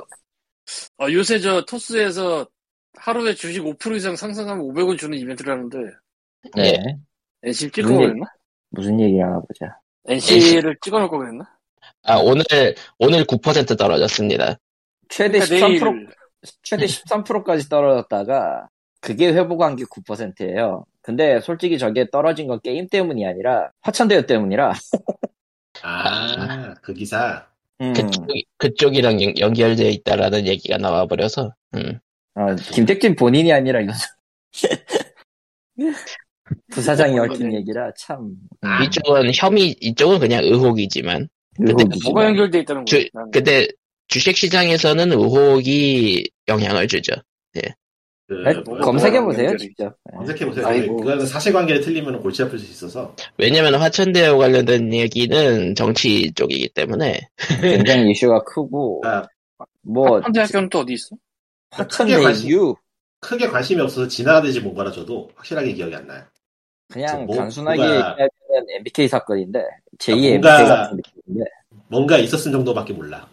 S2: 아, 요새 저 토스에서 하루에 주식 5% 이상 상승하면 500원 주는 이벤트를 하는데
S3: 예.
S1: 네.
S4: 네.
S2: NC 찍어놓고
S4: 음.
S2: 그랬나?
S4: 무슨 얘기를 하나 보자.
S2: NC를 찍어놓고 그랬나?
S1: 아, 오늘, 오늘 9% 떨어졌습니다.
S4: 최대
S2: 그러니까
S4: 13% 최대 13%까지 떨어졌다가 그게 회복한 게 9%예요. 근데 솔직히 저게 떨어진 건 게임 때문이 아니라 화천대유 때문이라.
S3: 아, 그 기사.
S4: 음,
S1: 그쪽, 그쪽이랑 연- 연결되어 있다라는 얘기가 나와버려서, 음.
S4: 어, 김택진 본인이 아니라 이건 <laughs> 부사장이 얽힌 얘기라 참
S3: 아,
S1: 이쪽은 혐의, 이쪽은 그냥 의혹이지만,
S4: 의혹이지.
S2: 뭐가 연결돼 있다는
S1: 저-
S2: 거야? 그 난
S1: 근데 주식시장에서는 의혹이 영향을 주죠.
S3: 그,
S4: 아니,
S3: 뭐야,
S4: 네, 검색해 보세요
S2: 연결이.
S4: 직접. 네.
S3: 검색해보세요.
S2: 아이고.
S3: 그거는 사실관계를 틀리면 골치 아플 수 있어서.
S1: 왜냐면 화천대유 관련된 얘기는 정치 쪽이기 때문에,
S4: <laughs> 굉장히 이슈가 크고
S3: 그러니까
S4: 뭐
S2: 한대학교는 또 어디 있어?
S3: 관심-
S4: 화천대유
S3: 크게 관심이 없어서 지나가듯이 본 거라 저도 확실하게 기억이 안 나요.
S4: 그냥
S3: 뭐- 뭐가-
S4: 단순하게
S3: 그러니까
S4: 얘기하면 MBK 사건인데 제2의
S3: 뭔가-
S4: MBK 같은 느낌인데
S3: 뭔가 있었은 정도밖에 몰라.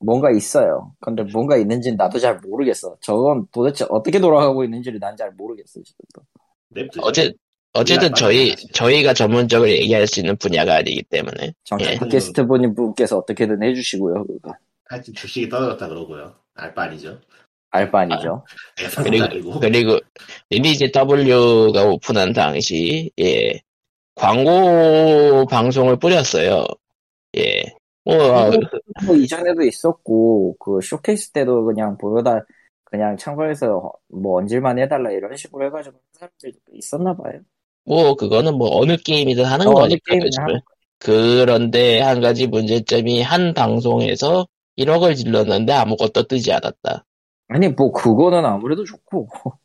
S4: 뭔가 있어요. 근데 뭔가 있는지는 나도 잘 모르겠어. 저건 도대체 어떻게 돌아가고 있는지를 난 잘 모르겠어 지금도.
S3: 냅두죠.
S1: 어제, 어쨌든 저희, 저희가 전문적으로 얘기할 수 있는 분야가 아니기 때문에,
S4: 정작
S1: 예.
S4: 팟캐스트 보님 분께서 어떻게든 해주시고요. 그거
S3: 하여튼 주식이 떨어졌다 그러고요. 알바 아니죠. 네,
S4: 알바 아니죠.
S3: 대상도 아니고.
S1: <laughs> 그러니까 그리고 리니지 W가 오픈한 당시 예 광고 방송을 뿌렸어요. 예. 뭐
S4: 뭐 이전에도 있었고 그 쇼케이스 때도 그냥 보여다 그냥 참고해서 뭐 얹을만 해달라 이런 식으로 해가지고 하는 사람들도 있었나 봐요.
S1: 뭐 그거는 뭐 어느 게임이든 하는
S4: 어, 어느
S1: 거니까
S4: 게임이나
S1: 요즘은.
S4: 하는
S1: 그런데 한 가지 문제점이 한 방송에서 1억을 질렀는데 아무것도 뜨지 않았다.
S4: 아니 뭐 그거는 아무래도 좋고 <laughs>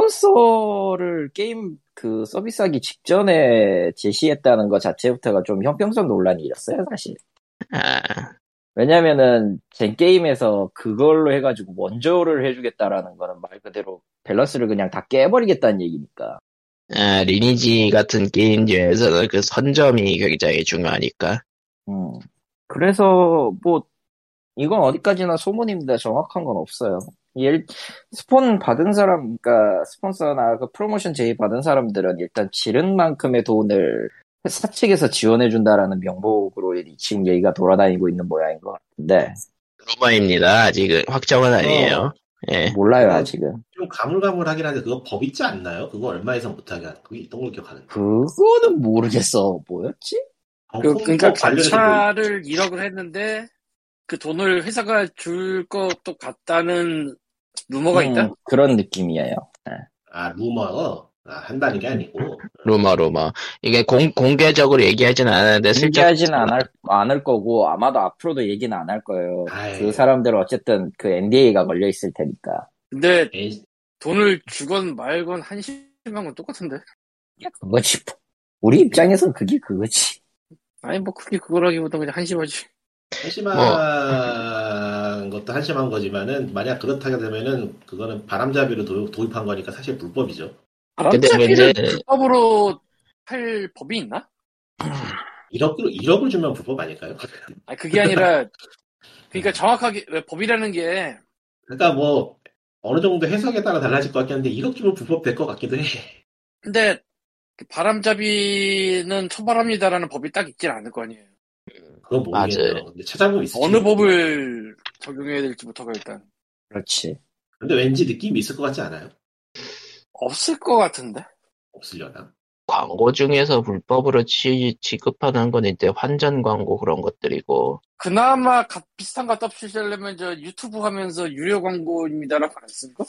S4: 스폰서를 게임 그 서비스하기 직전에 제시했다는 것 자체부터가 좀 형평성 논란이 일었어요 사실.
S1: 아,
S4: 왜냐면은 제 게임에서 그걸로 해가지고 원조를 해주겠다라는 거는 말 그대로 밸런스를 그냥 다 깨버리겠다는 얘기니까
S1: 아, 리니지 같은 게임류에서는 그 선점이 굉장히 중요하니까.
S4: 음. 그래서 뭐 이건 어디까지나 소문입니다 정확한 건 없어요 일, 스폰 받은 사람 그러니까 스폰서나 그 프로모션 제의 받은 사람들은 일단 지른 만큼의 돈을 회사 측에서 지원해준다라는 명목으로 지금 얘기가 돌아다니고 있는 모양인 것 같은데
S1: 루머입니다. 아직 확정은
S4: 어.
S1: 아니에요. 예.
S4: 몰라요 아직은
S3: 좀 가물가물하긴 한데 그거 법 있지 않나요? 그거 얼마 이상 못하게 하는 그게 있던 걸 기억하는데.
S4: 그거는 모르겠어 뭐였지?
S2: 그, 그러니까
S3: 방송법 관련해서 뭐
S2: 가차를 1억을 했는데 그 돈을 회사가 줄 것도 같다는 루머가
S4: 음,
S3: 어.
S2: 있다?
S4: 그런 느낌이에요.
S3: 아, 루머요? 아, 한다는 게 아니고.
S1: 루머 루머 이게 공, 공개적으로 얘기하진
S4: 네,
S1: 않았는데 슬쩍
S4: 얘기하진 않을, 않을 거고, 아마도 앞으로도 얘기는 안 할 거예요.
S3: 아이.
S4: 그 사람들은 어쨌든 그 NDA가 걸려있을 테니까.
S2: 근데
S3: 에이,
S2: 돈을 주건 말건 한심한 건 똑같은데?
S4: 그거지. 뭐. 우리 입장에선 그게 그거지.
S2: 아니 뭐 크게 그거라기보다 그냥 한심하지.
S3: 한심한
S1: 어.
S3: 것도 한심한 거지만은, 만약 그렇다게 되면은, 그거는 바람잡이로 도, 도입한 거니까 사실 불법이죠. 아,
S1: 근데
S2: 바람잡이를
S1: 왠지-
S2: 불법으로 할 법이 있나?
S3: 1억을, 1억을 주면 불법 아닐까요? <laughs>
S2: 아 그게 아니라 그러니까 정확하게 왜 법이라는 게
S3: 그러니까 뭐, 어느 정도 해석에 따라 달라질 것 같긴 한데, 1억 주면 불법 될 것 같기도 해.
S2: 근데 그 바람잡이는 처벌합니다라는 법이 딱 있진 않을 거 아니에요.
S3: 그건 모르겠네요.
S1: 맞아요.
S3: 근데 찾아보면 있을
S2: 어느
S3: 수도 있고.
S2: 법을 적용해야 될지부터가 일단
S4: 그렇지.
S3: 근데 왠지 느낌이 있을 것 같지 않아요?
S2: 없을 것 같은데.
S3: 없으려나?
S1: 광고 중에서 불법으로 취, 취급하는 건 이제 환전 광고 그런 것들이고
S2: 그나마 가- 비슷한 거 덮치려면 저 유튜브 하면서 유료 광고입니다라고 안 쓰고.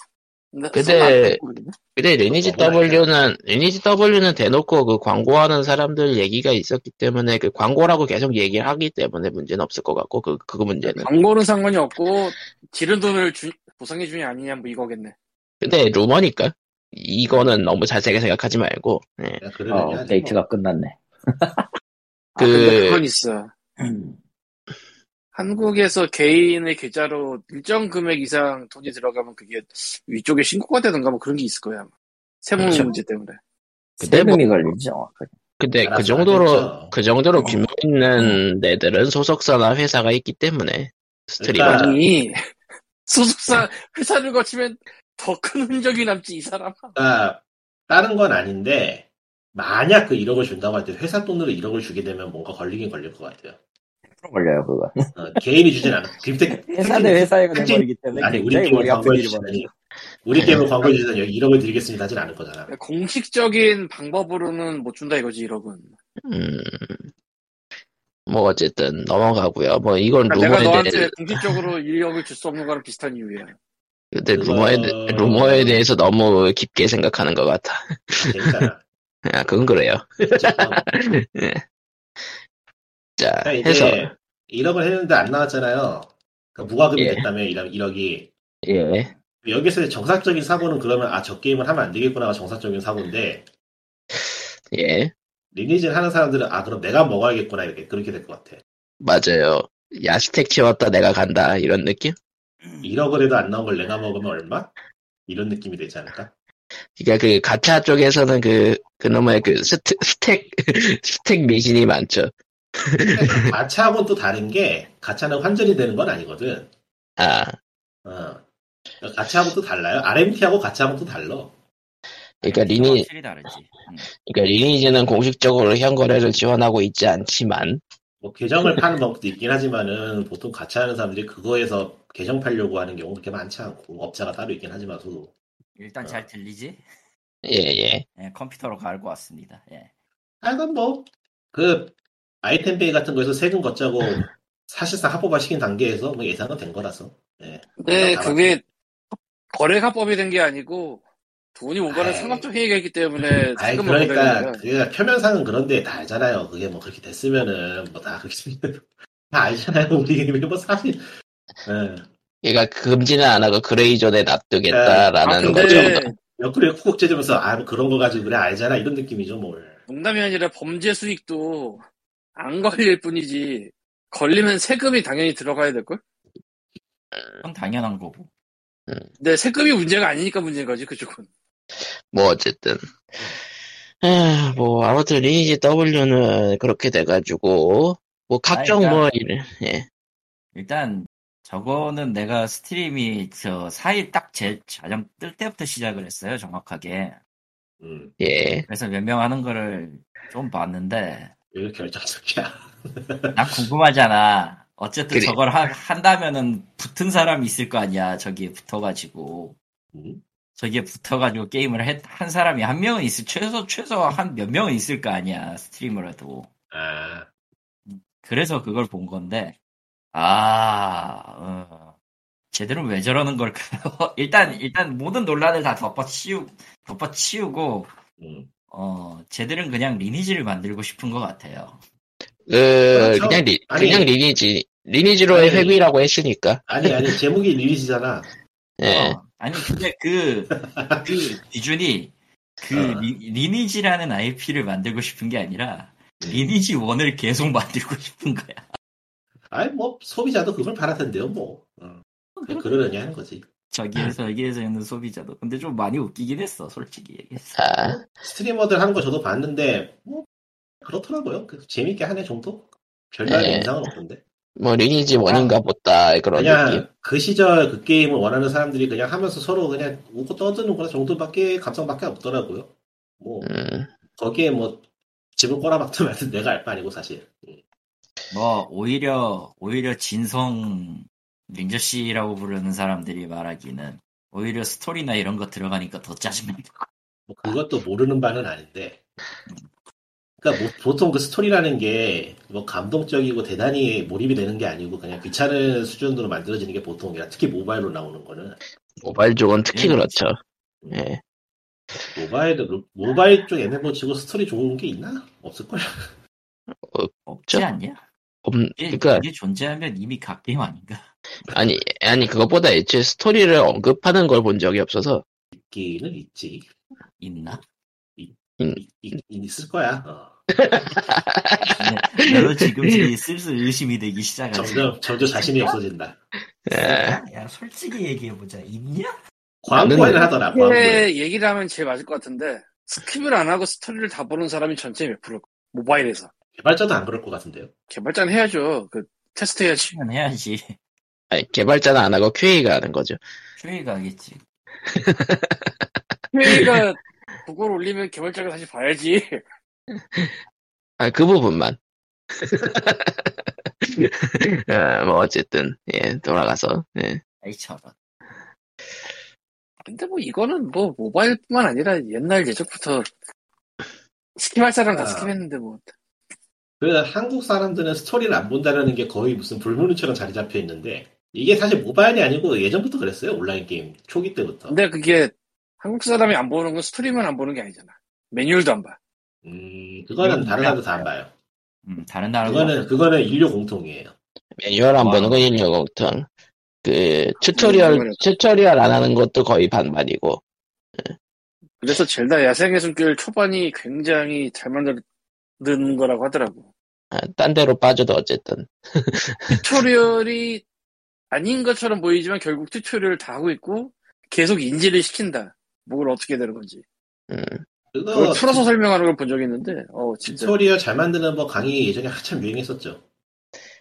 S2: 근데
S1: 근데-
S2: 쓰면 안 되고 그러네.
S1: 근데 리니지
S3: 그건 아니다.
S1: W는 리니지 W는 대놓고 그 광고하는 사람들 얘기가 있었기 때문에 그 광고라고 계속 얘기를 하기 때문에 문제는 없을 것 같고 그 그거 문제는
S2: 네, 광고는 상관이 없고 지른 돈을 주- 보상해 주냐 아니냐 뭐 이거겠네.
S1: 근데 루머니까 이거는 너무 자세하게 생각하지 말고 예.
S3: 그냥 그러려니
S4: 어,
S3: 하지.
S4: 데이트가 끝났네.
S2: 아, 근데
S1: 그-
S2: 그건 있어. 한국에서 개인의 계좌로 일정 금액 이상 돈이 들어가면 그게 위쪽에 신고가 되던가 뭐 그런 게 있을 거야. 아마. 세무
S1: 그렇죠.
S2: 문제 때문에.
S1: 근데 뭐-
S4: 세금이 걸리지, 정확하게.
S1: 근데
S3: 알아서
S1: 그 정도로
S3: 하겠죠. 어.
S1: 그 정도로 규모 있는 데들은 소속사나 회사가 있기 때문에 스트리머
S3: 일단-
S2: 아니
S1: 네.
S2: <laughs> 소속사 회사를 거치면 더 큰 흔적이 남지 이 사람.
S3: 그러니까 다른 건 아닌데 만약 그 1억을 준다고 할 때 회사 돈으로 1억을 주게 되면 뭔가 걸리긴 걸릴 것 같아요.
S5: 100% 걸려요, 그거.
S4: 음,
S3: 어, 개인이 주진 않아. 그때
S5: 회사 대 회사에
S3: 특징-
S5: 걸리기 때문에
S4: 네,
S3: 아니 우리
S5: 굉장히
S3: 게임을
S5: 머리 아픈
S3: 광고해
S5: 일이 벌어요.
S3: 주시더니 우리 게임을 광고해 주시더니 여기 1억을 드리겠습니다 하진 않을 거잖아.
S2: 공식적인 방법으로는 못 준다 이거지 1억은.
S1: 음. 뭐 어쨌든 넘어가고요. 뭐 이건
S3: 그러니까
S2: 내가
S1: 루머에 대해
S2: 너한테 공식적으로 1억을 줄 수 없는 거랑 비슷한 이유야.
S1: 근데
S3: 그거- 어.
S1: 루머에 대- 루머에 대해서 너무 깊게 생각하는 것 같아.
S3: 재밌잖아. 어,
S1: 아 그건 그래요. 자
S3: 그러니까 이게
S1: 해서
S3: 1억을 했는데 안 나왔잖아요. 그러니까 무과금이
S1: 예.
S3: 됐다며 1억, 1억이.
S1: 예
S3: 여기서의 정상적인 사고는 그러면 아 저 게임을 하면 안 되겠구나가 정상적인 사고인데
S1: 예.
S3: 리니지를 하는 사람들은 아 그럼 내가 먹어야겠구나 이렇게 그렇게 될 것 같아.
S1: 맞아요. 야 스택 채웠다 내가 간다 이런 느낌?
S3: 1억을 해도 안 나온 걸 내가 먹으면 얼마? 이런 느낌이 되지 않을까?
S1: 그러니까 그 가차 쪽에서는 그 그놈의 그 스트, 스택 <laughs> 스택 미신이 많죠.
S3: 근데 그러니까 가차하고는 또 다른 게 가차는 환전이 되는 건 아니거든.
S1: 아
S3: 어. 가치하고 또 달라요. RMT하고 가치하고 또 달라.
S1: 그러니까
S4: 아니,
S1: 리니-
S4: 확실히 다르지. 음. 응.
S1: 그러니까 리니지는 공식적으로 현거래를 지원하고 있지 않지만
S3: 뭐 계정을 파는 방법도 있긴 하지만은 보통 가치하는 사람들이 그거에서 계정 팔려고 하는 경우 그렇게 많지 않고 업자가 따로 있긴 하지만서도
S4: 일단
S1: 어.
S4: 잘 들리지?
S1: 예예
S4: 예, 컴퓨터로 갈고 왔습니다. 예.
S3: 하여간 뭐그 아이템 페이 같은 거에서 세금 걷자고 사실상 합법화 시킨 단계에서 뭐 예상은 된 거라서
S2: 근데
S3: 아,
S2: 네, 그게 거래가법이 된 게 아니고 돈이 오가는
S3: 아이.
S2: 상업적 회의가 있기 때문에
S3: 아이
S2: 세금을 거는
S3: 그러니까
S2: 거야.
S3: 그게 표면상은 그런데 다 알잖아요 그게 뭐 그렇게 됐으면은 뭐 다 그렇게 <laughs> 됐으면 다 알잖아요 우리 이미 뭐 사실 예.
S1: 그러니까 금지는 안 하고 그레이존에
S2: 아,
S1: 놔두겠다라는
S2: 근데
S1: 거죠.
S3: 옆구리에 쿡쿡 째주면서 아 뭐 그런 거 가지고 그래 알잖아 이런 느낌이죠 뭘
S2: 농담이 아니라 범죄 수익도 안 걸릴 뿐이지 걸리면 세금이 당연히 들어가야 될걸?
S4: 그건 당연한 거고.
S2: 근데 세금이 문제가 아니니까 문제인 거지 그쪽은.
S1: 뭐 어쨌든 아, 뭐 아무튼 리니지 W는 그렇게 돼가지고 뭐 각종
S4: 아,
S1: 뭐 이런 예
S4: 일단 저거는 내가 스트림이 저 사이 딱제 자정 뜰 때부터 시작을 했어요. 정확하게.
S3: 음,
S1: 예.
S4: 그래서 몇 명 하는 거를 좀 봤는데
S3: 왜 결정적이야 <laughs>
S4: 난 궁금하잖아. 어쨌든
S1: 그래.
S4: 저걸 하- 한다면은 붙은 사람이 있을 거 아니야. 저기에 붙어가지고.
S3: 음?
S4: 저기에 붙어가지고 게임을 했- 한 사람이 한 명은 있을, 최소, 최소 한 몇 명은 있을 거 아니야. 스트리머라도.
S3: 아
S4: 그래서 그걸 본 건데, 아, 어, 쟤들은 왜 저러는 걸까요? <laughs> 일단, 일단 모든 논란을 다 덮어치우, 덮어치우고,
S3: 음.
S4: 어, 쟤들은 그냥 리니지를 만들고 싶은 것 같아요.
S1: 그
S3: 그렇죠.
S1: 그냥 리,
S3: 아니.
S1: 그냥 리니지 리니지로의
S3: 아니.
S1: 회귀라고 했으니까
S3: 아니 아니 제목이 리리지잖아
S1: 예
S4: 어, 아니, 근데 그, 그 기준이, 그
S3: 어.
S4: 리, 니지라는 IP를 만들고 싶은 게 아니라,
S3: 음.
S4: 리니지 1을 계속 만들고 <laughs> 싶은 거야.
S3: 아니 뭐 소비자도 그걸 바랄 텐데요 뭐 어. 그러려니 하는 거지
S4: 저기에서 여기에서 있는 소비자도. 근데 좀 많이 웃기긴 했어, 솔직히 얘기해서.
S1: 아,
S3: 스트리머들 하는 거 저도 봤는데 뭐 그렇더라고요 그 재밌게 하네 정도 별다른
S1: 예.
S3: 인상은 없던데
S1: 뭐 리니지 원인가 보다 그런
S3: 그냥
S1: 느낌
S3: 그 시절 그 게임을 원하는 사람들이 그냥 하면서 서로 그냥 웃고 떠드는 거나 정도밖에 감성밖에 없더라고요 뭐
S1: 음,
S3: 거기에 뭐 집을 꼬라박든 말든 내가 알 바 아니고 사실 음.
S4: 뭐, 오히려, 오히려 진성 린저씨라고 부르는 사람들이 말하기는, 오히려 스토리나 이런 거 들어가니까 더 짜증나는 거.
S3: 뭐 그것도 모르는 바는 아닌데 그러니까 뭐 보통 그 스토리라는 게 뭐 감동적이고 대단히 몰입이 되는 게 아니고 그냥 귀찮은 수준으로 만들어지는 게 보통이라 특히 모바일로 나오는 거는
S1: 모바일 쪽은 특히
S4: 예.
S1: 그렇죠.
S3: 음.
S1: 예.
S3: 모바일 모바일 쪽 MMO 치고 스토리 좋은 게 있나 없을걸
S4: 없지
S1: 저-
S4: 않냐?
S1: 음,
S4: 이게,
S1: 그러니까
S4: 이게 존재하면 이미 각 게임 아닌가?
S1: 아니 아니 그것보다 애초에 스토리를 언급하는 걸 본 적이 없어서
S3: 있기는 있지
S4: 있나?
S3: 있, 있, 있을 거야 어.
S4: 근데 나도 지금 이제
S1: <laughs>
S4: 슬슬 의심이 되기 시작하지.
S3: 점점 점점 자신이 없어진다
S1: 예.
S4: 야, 솔직히 얘기해보자. 있냐?
S3: 광고에는 하더라
S2: 네.
S3: 광고에
S2: 이게 얘기를 하면 제일 맞을 것 같은데 스킵을 안 하고 스토리를 다 보는 사람이 전체 몇 프로? 모바일에서
S3: 개발자도 안 그럴 것 같은데요
S2: 개발자는 해야죠. 그 테스트
S3: <laughs>
S2: 해야지.
S4: 그건 해야지. <laughs>
S1: 아니, 개발자는 안 하고 QA가 하는 거죠.
S4: 추위가 하겠지.
S2: 회의가 그걸 올리면 개발자가 다시 봐야지.
S1: 아, 그 부분만. 아, 뭐 어쨌든 예 돌아가서 예.
S4: 아이 저런.
S2: 근데 뭐 이거는 뭐 모바일뿐만 아니라 옛날 예적부터 스킵할 사람 다
S3: 아.
S2: 스킵했는데 뭐
S3: 그래서 한국 사람들은 스토리를 안 본다라는 게 거의 무슨 불문율처럼 자리 잡혀 있는데 이게 사실 모바일이 아니고 예전부터 그랬어요 온라인 게임 초기 때부터.
S2: 근데 그게 한국 사람이 안 보는 건 스트리밍을 안 보는 게 아니잖아 매뉴얼도 안봐
S3: 음
S2: 네.
S3: 그거는 다른 나라도 다 안 봐요.
S4: 음, 다른 나라
S3: 그거는 그거는 인류 공통이에요.
S1: 매뉴얼 안
S4: 와.
S1: 보는 건 인류공통 그 튜토리얼
S2: 인류공통이라고.
S1: 튜토리얼 안 하는 것도 거의 반반이고
S2: 그래서 젤다 야생의 숨길 초반이 굉장히 잘 만드는 거라고
S3: <laughs>
S2: 하더라고.
S1: 아, 딴 데로 빠져도 어쨌든
S2: 튜토리얼이 아닌 것처럼 보이지만 결국 튜토리얼을 다 하고 있고 계속 인지를 시킨다. 뭘 어떻게 되는 건지.
S1: 음,
S3: 그거
S2: 그걸 풀어서 설명하는 걸 본 적이 있는데, 어, 진짜.
S3: 스토리어 잘 만드는 뭐 강의 예전에 한참 유행했었죠.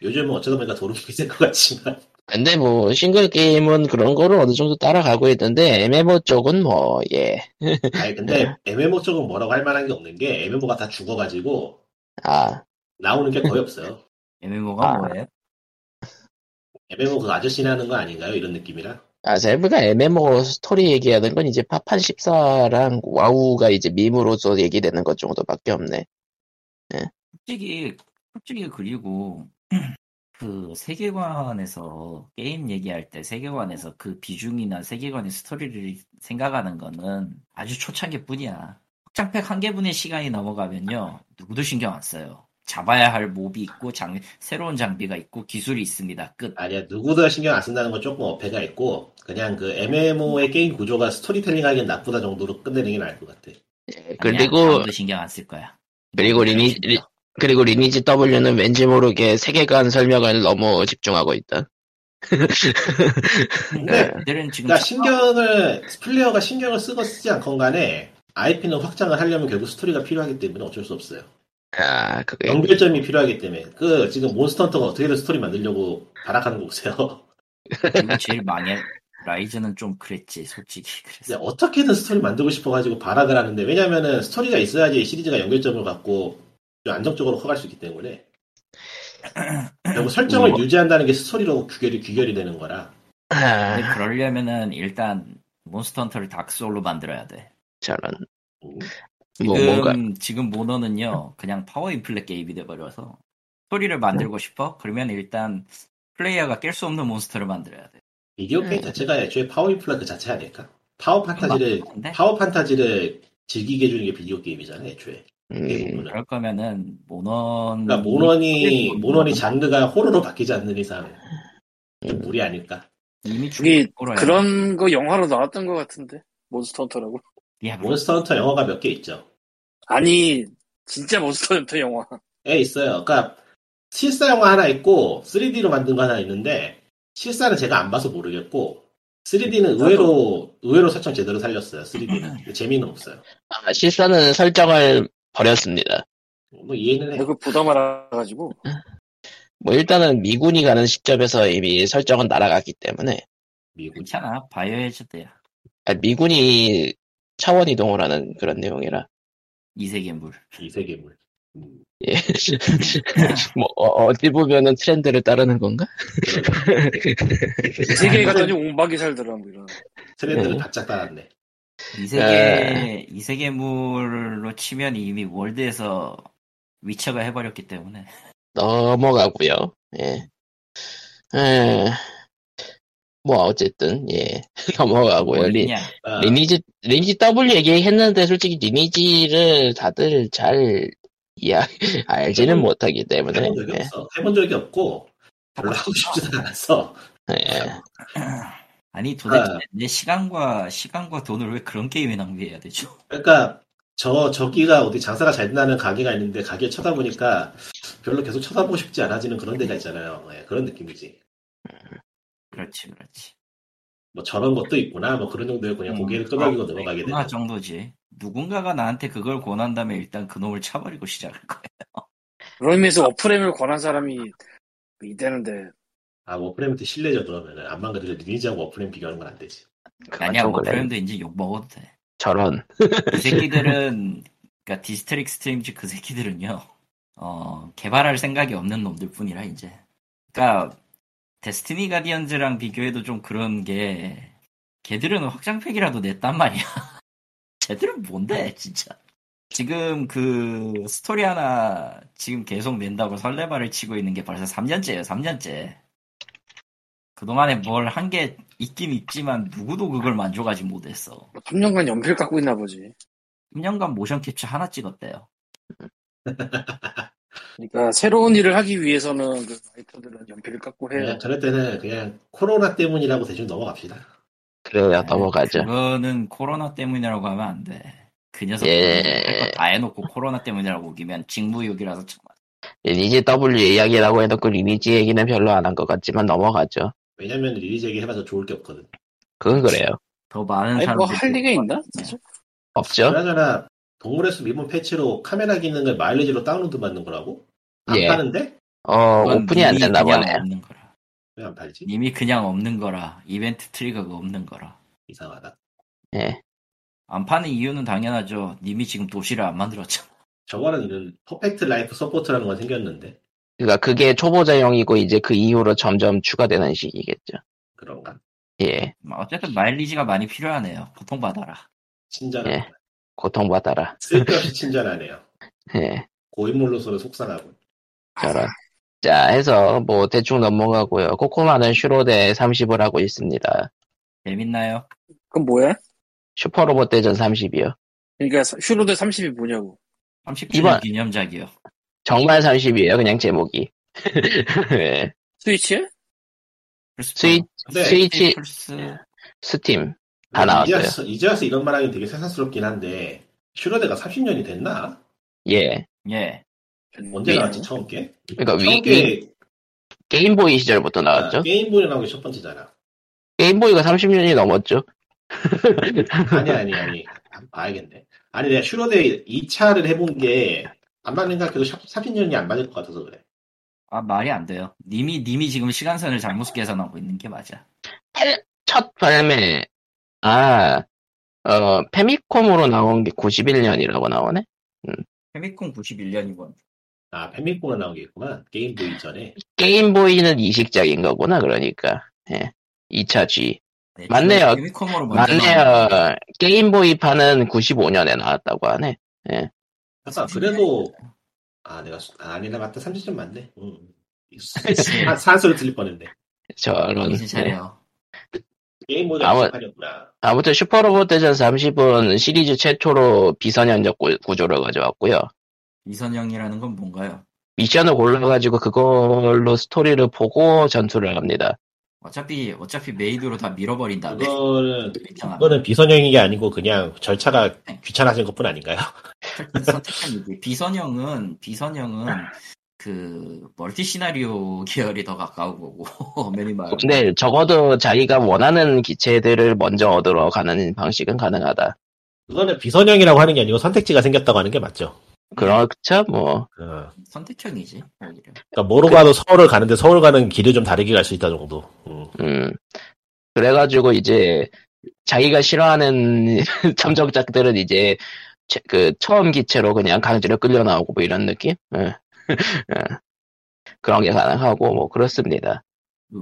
S3: 요즘은 어쩌다 보니까 도루묵이
S2: <laughs>
S3: 된것 같지만
S1: 근데 뭐 싱글 게임은 그런 거를 어느 정도 따라가고 있는데 MMO 쪽은 뭐예아
S3: 아니 근데 MMO 쪽은 뭐라고 할 만한 게 없는 게 MMO가 다 죽어가지고 나오는 게 거의 없어요.
S4: MMO가
S1: 아.
S4: 뭐예요?
S3: MMO 그 아저씨나 하는 거 아닌가요? 이런 느낌이라.
S1: 아, 셀브가 MMO 스토리 얘기하는 건 이제 파판 14랑 와우가 이제 밈으로서 얘기되는 것 정도밖에 없네.
S4: 솔직히 솔직히 그리고 <clears throat> 그 세계관에서 게임 얘기할 때 세계관에서 그 비중이나 세계관의 스토리를 생각하는 거는 아주 초창기뿐이야. 확장팩 한 개분의 시간이 넘어가면요 누구도 신경 안 써요. 잡아야 할 몹이 있고 장- 새로운 장비가 있고 기술이 있습니다. 끝.
S3: 아니야 누구도 신경 안 쓴다는 건 조금 어폐가 있고 그냥 그 MMO의 게임 구조가 스토리텔링하기엔 나쁘다 정도로 끝내는 게 나을 것 같아.
S1: 예,
S4: 아니야, 그렇죠.
S1: 그리고,
S4: 아무도 신경 안 쓸 거야. 네.
S1: 그리고 리니- 리- 그리고 리니지 W는 왠지 모르게 세계관 설명을 너무 집중하고 있다.
S4: 근데
S1: 네.
S4: 그들은 지금
S3: 그러니까 신경을 플레이어가 신경을 쓰고 쓰지 않건 간에 IP는 확장을 하려면 결국 스토리가 필요하기 때문에 어쩔 수 없어요.
S1: 아, 그게.
S3: 연결점이 필요하기 때문에 그 지금 몬스터 헌터가 어떻게든 스토리 만들려고 발악하는 거 보세요.
S4: 이거 제일 망해. 라이즈는 좀 그랬지 솔직히.
S3: 근데
S4: 그래서
S3: 어떻게든 스토리 만들고 싶어가지고 발악을 하는데 왜냐면은 스토리가 있어야지 시리즈가 연결점을 갖고 좀 안정적으로 커갈 수 있기 때문에 결국 설정을
S1: 음.
S4: 우와.
S3: 유지한다는 게 스토리로 규결이 규결이 되는 거라
S4: 근데
S1: 아,
S4: 그러려면은 일단 몬스터 헌터를 다크소울로 만들어야 돼.
S1: 저런.
S3: 음.
S1: 뭐,
S4: 지금
S1: 뭔가.
S4: 지금 모너는요 그냥 파워 인플레 게임이 돼버려서 스토리를 만들고 싶어? 그러면 일단 플레이어가 깰 수 없는 몬스터를 만들어야 돼.
S3: 비디오 게임
S1: 음.
S3: 자체가 애초에 파워 인플라 그 자체 아닐까? 파워 판타지를
S1: 음.
S4: 맞는데?
S3: 파워 판타지를 즐기게 해주는 게 비디오 게임이잖아요, 애초에.
S1: 음,
S3: 대부분은.
S4: 그럴 거면은 모넌
S3: 그러니까 모넌이 모넌이 장르가 호러로 바뀌지 않는 이상 좀 무리 아닐까?
S4: 이미
S2: 그게
S4: 죽어야
S2: 그런 거 영화로 나왔던 것 같은데. 몬스터 헌터라고.
S1: 음.
S4: 야, 뭐,
S3: 몬스터 헌터 영화가 몇 개 있죠?
S2: 아니, 진짜 몬스터 헌터 영화.
S3: 에 있어요. 그러니까 실사 영화 하나 있고 3D로 만든 거 하나 있는데 실사는 제가 안 봐서 모르겠고 3D는 의외로 의외로 설정 제대로 살렸어요. 3D는 재미는 없어요.
S1: 아, 실사는 설정을 버렸습니다.
S3: 뭐 이해는
S2: 근데
S3: 해요.
S2: 그 부담 알아가지고.
S1: 뭐, 일단은 미군이 가는 시점에서 이미 설정은 날아갔기 때문에.
S3: 미국
S4: 괜찮아 바이오 해저드야
S1: 아, 미군이 차원 이동을 하는 그런 내용이라.
S4: 이세계물.
S3: 이 세계물. 음,
S1: 예. <laughs> 뭐, 어, 디 보면은 트렌드를 따르는 건가?
S2: 이 세계에 가더니 옹박이 살더라, 뭐 이런.
S3: 트렌드를
S1: 네.
S3: 바짝 따랐네.
S4: 이세계 이세계물로 치면 이미 월드에서 위쳐가 해버렸기 때문에
S1: 넘어가고요 예. 에, 뭐, 어쨌든, 예. <laughs> 넘어가고요. 리,
S4: 뭐냐
S3: 아,
S1: 리니지, 리니지 W 얘기했는데, 솔직히 리니지를 다들 잘, 이야, <laughs> 알지는
S3: 해본-
S1: 못하기 때문에.
S3: 해본 적이
S1: 예.
S3: 없어. 해본 적이 없고 별로 하고 싶지도 않아서
S1: 예.
S4: 아니 도대체
S3: 아.
S4: 내 시간과 시간과 돈을 왜 그런 게임에 낭비해야 되죠? <laughs>
S3: 그러니까 저 저기가 어디 장사가 잘 나는 가게가 있는데 가게 쳐다보니까 별로 계속 쳐다보고 싶지 않아지는 그런 데가 있잖아요. 예, 그런 느낌이지.
S4: 그렇지 그렇지. 음,
S3: 뭐 저런 것도 있구나 뭐 그런 정도의 그냥 고개를
S4: 아,
S3: 끄덕이고 넘어가게 되는
S4: 얼마 정도지. 누군가가 나한테 그걸 권한다면 일단 그놈을 차버리고 시작할 거야.
S2: 그런 의미에서 어프레임을 권한 사람이 이대는데, 뭐
S3: 아 워프레임한테 실례죠 그러면은 안만 그래도 리니지하고 워프레임 비교하는 건 안 되지
S1: 그만
S4: 아니야,
S1: 좀
S4: 뭐
S1: 그래.
S4: 프레임도 이제 욕 먹어도 돼.
S1: 저런.
S4: 이 새끼들은, 그러니까 그니까 디스트릭 스트림즈 그 새끼들은요, 어, 개발할 생각이 없는 놈들 뿐이라, 이제. 그러니까 데스티니 가디언즈랑 비교해도 좀 그런 게 걔들은 확장팩이라도 냈단 말이야. <laughs> 쟤들은 뭔데 진짜. 지금 그 스토리 하나 지금 계속 낸다고 설레발을 치고 있는 게 벌써 3년째예요. 3년째. 그동안에 뭘 한 게 있긴 있지만 누구도 그걸 만족하지 못했어.
S2: 3년간 연필 갖고 있나 보지.
S4: 3년간 모션 캡처 하나 찍었대요.
S2: 그러니까 새로운 일을 하기 위해서는 그 라이터들은 연필을 갖고 해요.
S3: 그냥 저럴 때는 그냥 코로나 때문이라고 대충 넘어갑시다.
S1: 그래요, 넘어가죠.
S4: 네, 그거는 코로나 때문이라고 하면 안 돼. 그 녀석
S1: 예.
S4: 다 해놓고 코로나 때문이라고 우기면 직무유기라서 정말
S1: 예, 리니지 W 이야기라고 해놓고 리니지 얘기는 별로 안 한 것 같지만 넘어가죠.
S3: 왜냐면 리리즈 얘기해봐서 좋을 게 없거든.
S1: 그건 그래요.
S4: 더 많은
S2: 아니
S4: 사람들이
S2: 뭐 할 리가 있나? 사실?
S1: 없죠?
S3: 그나저나 동물의 숲 일본 패치로 카메라 기능을 마일리지로 다운로드 받는 거라고? 안
S1: 예.
S3: 파는데?
S1: 어,
S4: 그건
S1: 오픈이 안
S4: 님이
S1: 됐나
S4: 그냥
S1: 보네.
S4: 없는 거라.
S3: 왜 안
S1: 예.
S3: 팔지?
S4: 님이 그냥 없는 거라. 이벤트 트리거가 없는 거라.
S3: 이상하다.
S1: 예.
S4: 안 파는 이유는 당연하죠. 님이 지금 도시를 안 <laughs> 만들었잖아.
S3: 저거는 이런 퍼펙트 라이프 서포트라는 건 생겼는데
S1: 그러니까 그게 초보자용이고 이제 그 이후로 점점 추가되는 식이겠죠.
S3: 그런가?
S1: 예.
S4: 뭐 어쨌든 마일리지가 많이 필요하네요. 보통 받아라.
S3: 친절하네.
S1: 예. 고통받아라.
S3: 쓸데없이 친절하네요.
S1: 예.
S3: 고인물로서는 속상하고.
S1: 저런. 자, 해서 뭐 대충 넘어가고요. 코코마는 슈로데 30을 하고 있습니다.
S4: 재밌나요?
S2: 그건 뭐야?
S1: 슈퍼로봇 대전 30이요.
S2: 그러니까 슈로드 30이 뭐냐고.
S4: 30주년
S1: 이번-
S4: 기념작이요.
S1: 정말 30이에요. 그냥 제목이. <laughs> 예.
S2: 스위치에?
S4: 플스
S1: 스위,
S3: 네.
S1: 스위치,
S4: 플스
S1: 스팀. 다 나왔어요.
S3: 이제 와서, 이제 와서 이런 말하기 되게 세상스럽긴 한데 슈로데가 30년이 됐나?
S1: 예.
S4: 예.
S3: 언제
S2: 네.
S1: 예.
S3: 나왔지 처음 게?
S1: 그러니까 위,
S3: 처음
S1: 위-
S3: 게
S1: 게임보이 시절부터
S4: 아,
S1: 나왔죠.
S4: 예.
S3: 게임보이 나온 게 첫 번째잖아.
S1: 게임보이가 30년이 넘었죠.
S3: 아니 아니 아니 한번 봐야겠네. 아니 내가 슈로데 2차를 해본 게안 맞는 가 그래도 30년이 안 맞을 것 같아서 그래.
S4: 아 말이 안 돼요. 님이 님이 지금 시간선을 잘못 계산하고 있는 게 맞아.
S1: 첫 발매 아, 어, 페미콤으로 나온 게 91년이라고 나오네.
S4: 페미콘 91년이고
S3: 아 페미콤으로 나온 게 있구만. 게임보이 전에
S1: 게임보이는 이식작인 거구나, 그러니까. 예. 2차 G. 맞네요.
S4: 페미콤으로 먼저 나온 거.
S1: 맞네요. 게임보이판은 95년에 나왔다고 하네.
S3: 아까 그래도 아 내가 수- 아, 아니다 맞다 30점 맞네.
S1: <laughs>
S3: 음.
S4: 그치.
S3: 아, 산소를 들릴 뻔했네.
S1: 저런.
S4: 정신
S1: 예.
S4: 차려.
S3: 게임보이
S1: 아무-
S3: 28이었구나.
S1: 아무튼 슈퍼로봇 대전 30은 시리즈 최초로 비선연적 구- 구조를 가져왔고요.
S4: 네. 이선영이라는 건 뭔가요?
S1: 미션을 골라가지고 그걸로 스토리를 보고 전투를 합니다.
S4: 어차피 어차피 메이드로 다 밀어버린다.
S3: 그거는
S4: 괜찮아.
S3: 그거는 비선형이 게 아니고 그냥 절차가 귀찮아진 것뿐 아닌가요?
S4: 그 선택한 얘기. 비선형은 비선형은 그 멀티 시나리오 계열이 더 가까운 거고 <laughs> 매니 말.
S1: 어, 근데 적어도 자기가 원하는 기체들을 먼저 얻으러 가는 방식은 가능하다.
S3: 그거는 비선형이라고 하는 게 아니고 선택지가 생겼다고 하는 게 맞죠.
S1: 그렇죠, 뭐.
S3: 어.
S4: 선택형이지 오히려.
S3: 그러니까 뭐로 가도 서울을 가는데 서울 가는 길을 좀 다르게 갈 수 있다 정도. 음.
S1: 음. 그래가지고 이제 자기가 싫어하는 <laughs> 참정작들은 이제 최- 그 처음 기체로 그냥 강제로 끌려 나오고 뭐 이런 느낌? 예. <laughs> 예. 그런 게 가능하고 뭐 그렇습니다.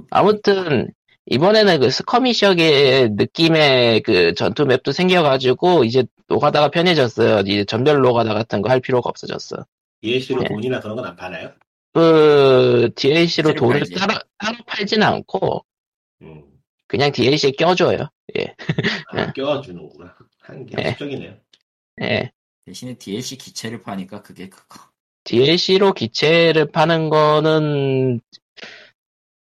S1: 아무튼 이번에는 그 스커미셔의 느낌의 그 전투 맵도 생겨가지고 이제 노가다가 편해졌어요. 이제 전별 노가다 같은 거 할 필요가 없어졌어.
S3: DLC로
S1: 네.
S3: 돈이나 그런 건 안 파나요?
S1: 그 DLC로
S4: 새로
S1: 돈을
S4: 팔지.
S1: 따로 따로 팔진 않고
S3: 음.
S1: 그냥 DLC에 껴줘요.
S3: 아, 껴주는구나. 한게
S1: 네.
S3: 합리적이네요.
S1: 예.
S4: 대신에 DLC 기체를 파니까 그게 그거.
S1: DLC로 기체를 파는 거는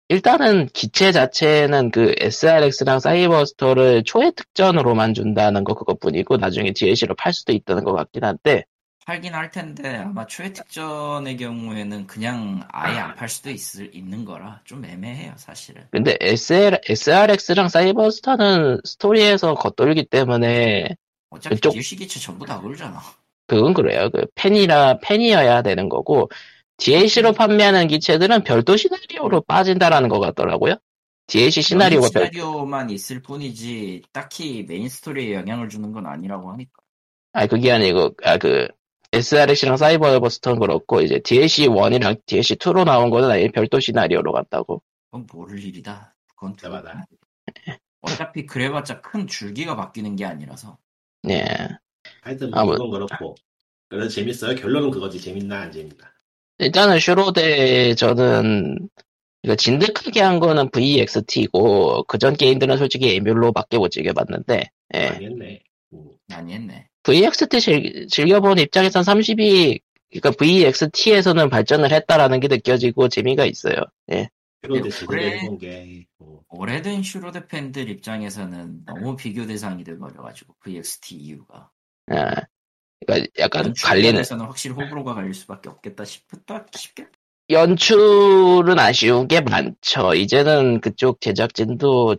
S1: 일단은 기체 자체는 그 SRX랑 사이버스토를 초회 특전으로만 준다는 거 그것뿐이고 나중에 DLC로 팔 수도 있다는 것 같긴 한데
S4: 팔긴 할 텐데 아마 초회 특전의 경우에는 그냥 아예 안 팔 수도 있을 있는 거라 좀 애매해요 사실은.
S1: 근데 SR, SRX랑 사이버스타는 스토리에서 겉돌기 때문에
S4: 어차피
S1: 그쪽-
S4: DLC 기체 전부 다 그러잖아.
S1: 그건 그래요. 그 팬이라 팬이어야 되는 거고 DLC로 판매하는 기체들은 별도 시나리오로 빠진다라는 것 같더라고요. DLC 시나리오가 별,
S4: 시나리오만 있을 뿐이지 딱히 메인 스토리에 영향을 주는 건 아니라고 하니까.
S1: 아 그게 아니고 아 그 SRX랑 사이버버스턴 그렇고 이제 DLC1이랑 DLC2로 나온 거는 아예 별도 시나리오로 간다고
S4: 그건 모를 일이다. 그건 두
S3: 대박이다.
S4: 번. 어차피 그래봤자 큰 줄기가 바뀌는 게 아니라서
S1: 예
S3: 하여튼
S1: 아,
S3: 뭐
S1: 뭐.
S3: 그건 그렇고 그래서 재밌어요. 결론은 그거지 재밌나 안 재밌나.
S1: 일단은 슈로데 저는 이거 진득하게 한 거는 VXT고 그전 게임들은 솔직히 에뮬로밖에 못 즐겨봤는데 예.
S3: 망했네. 음.
S4: 많이 했네.
S1: VXT 즐, 즐겨본 입장에선 30이 그러니까 VXT에서는 발전을 했다라는 게 느껴지고 재미가 있어요. 예.
S3: 그런데 제대로
S4: 그래.
S3: 해본 게 뭐,
S4: 오래된 슈로데 팬들 입장에서는 너무 비교 대상이 돼버려가지고 그 VXT 이유가
S1: 아, 그러니까 약간 갈리는
S4: 에서는 확실히 호불호가 갈릴 수밖에 없겠다 싶다 싶겠다.
S1: 연출은 아쉬운 게 많죠. 이제는 그쪽 제작진도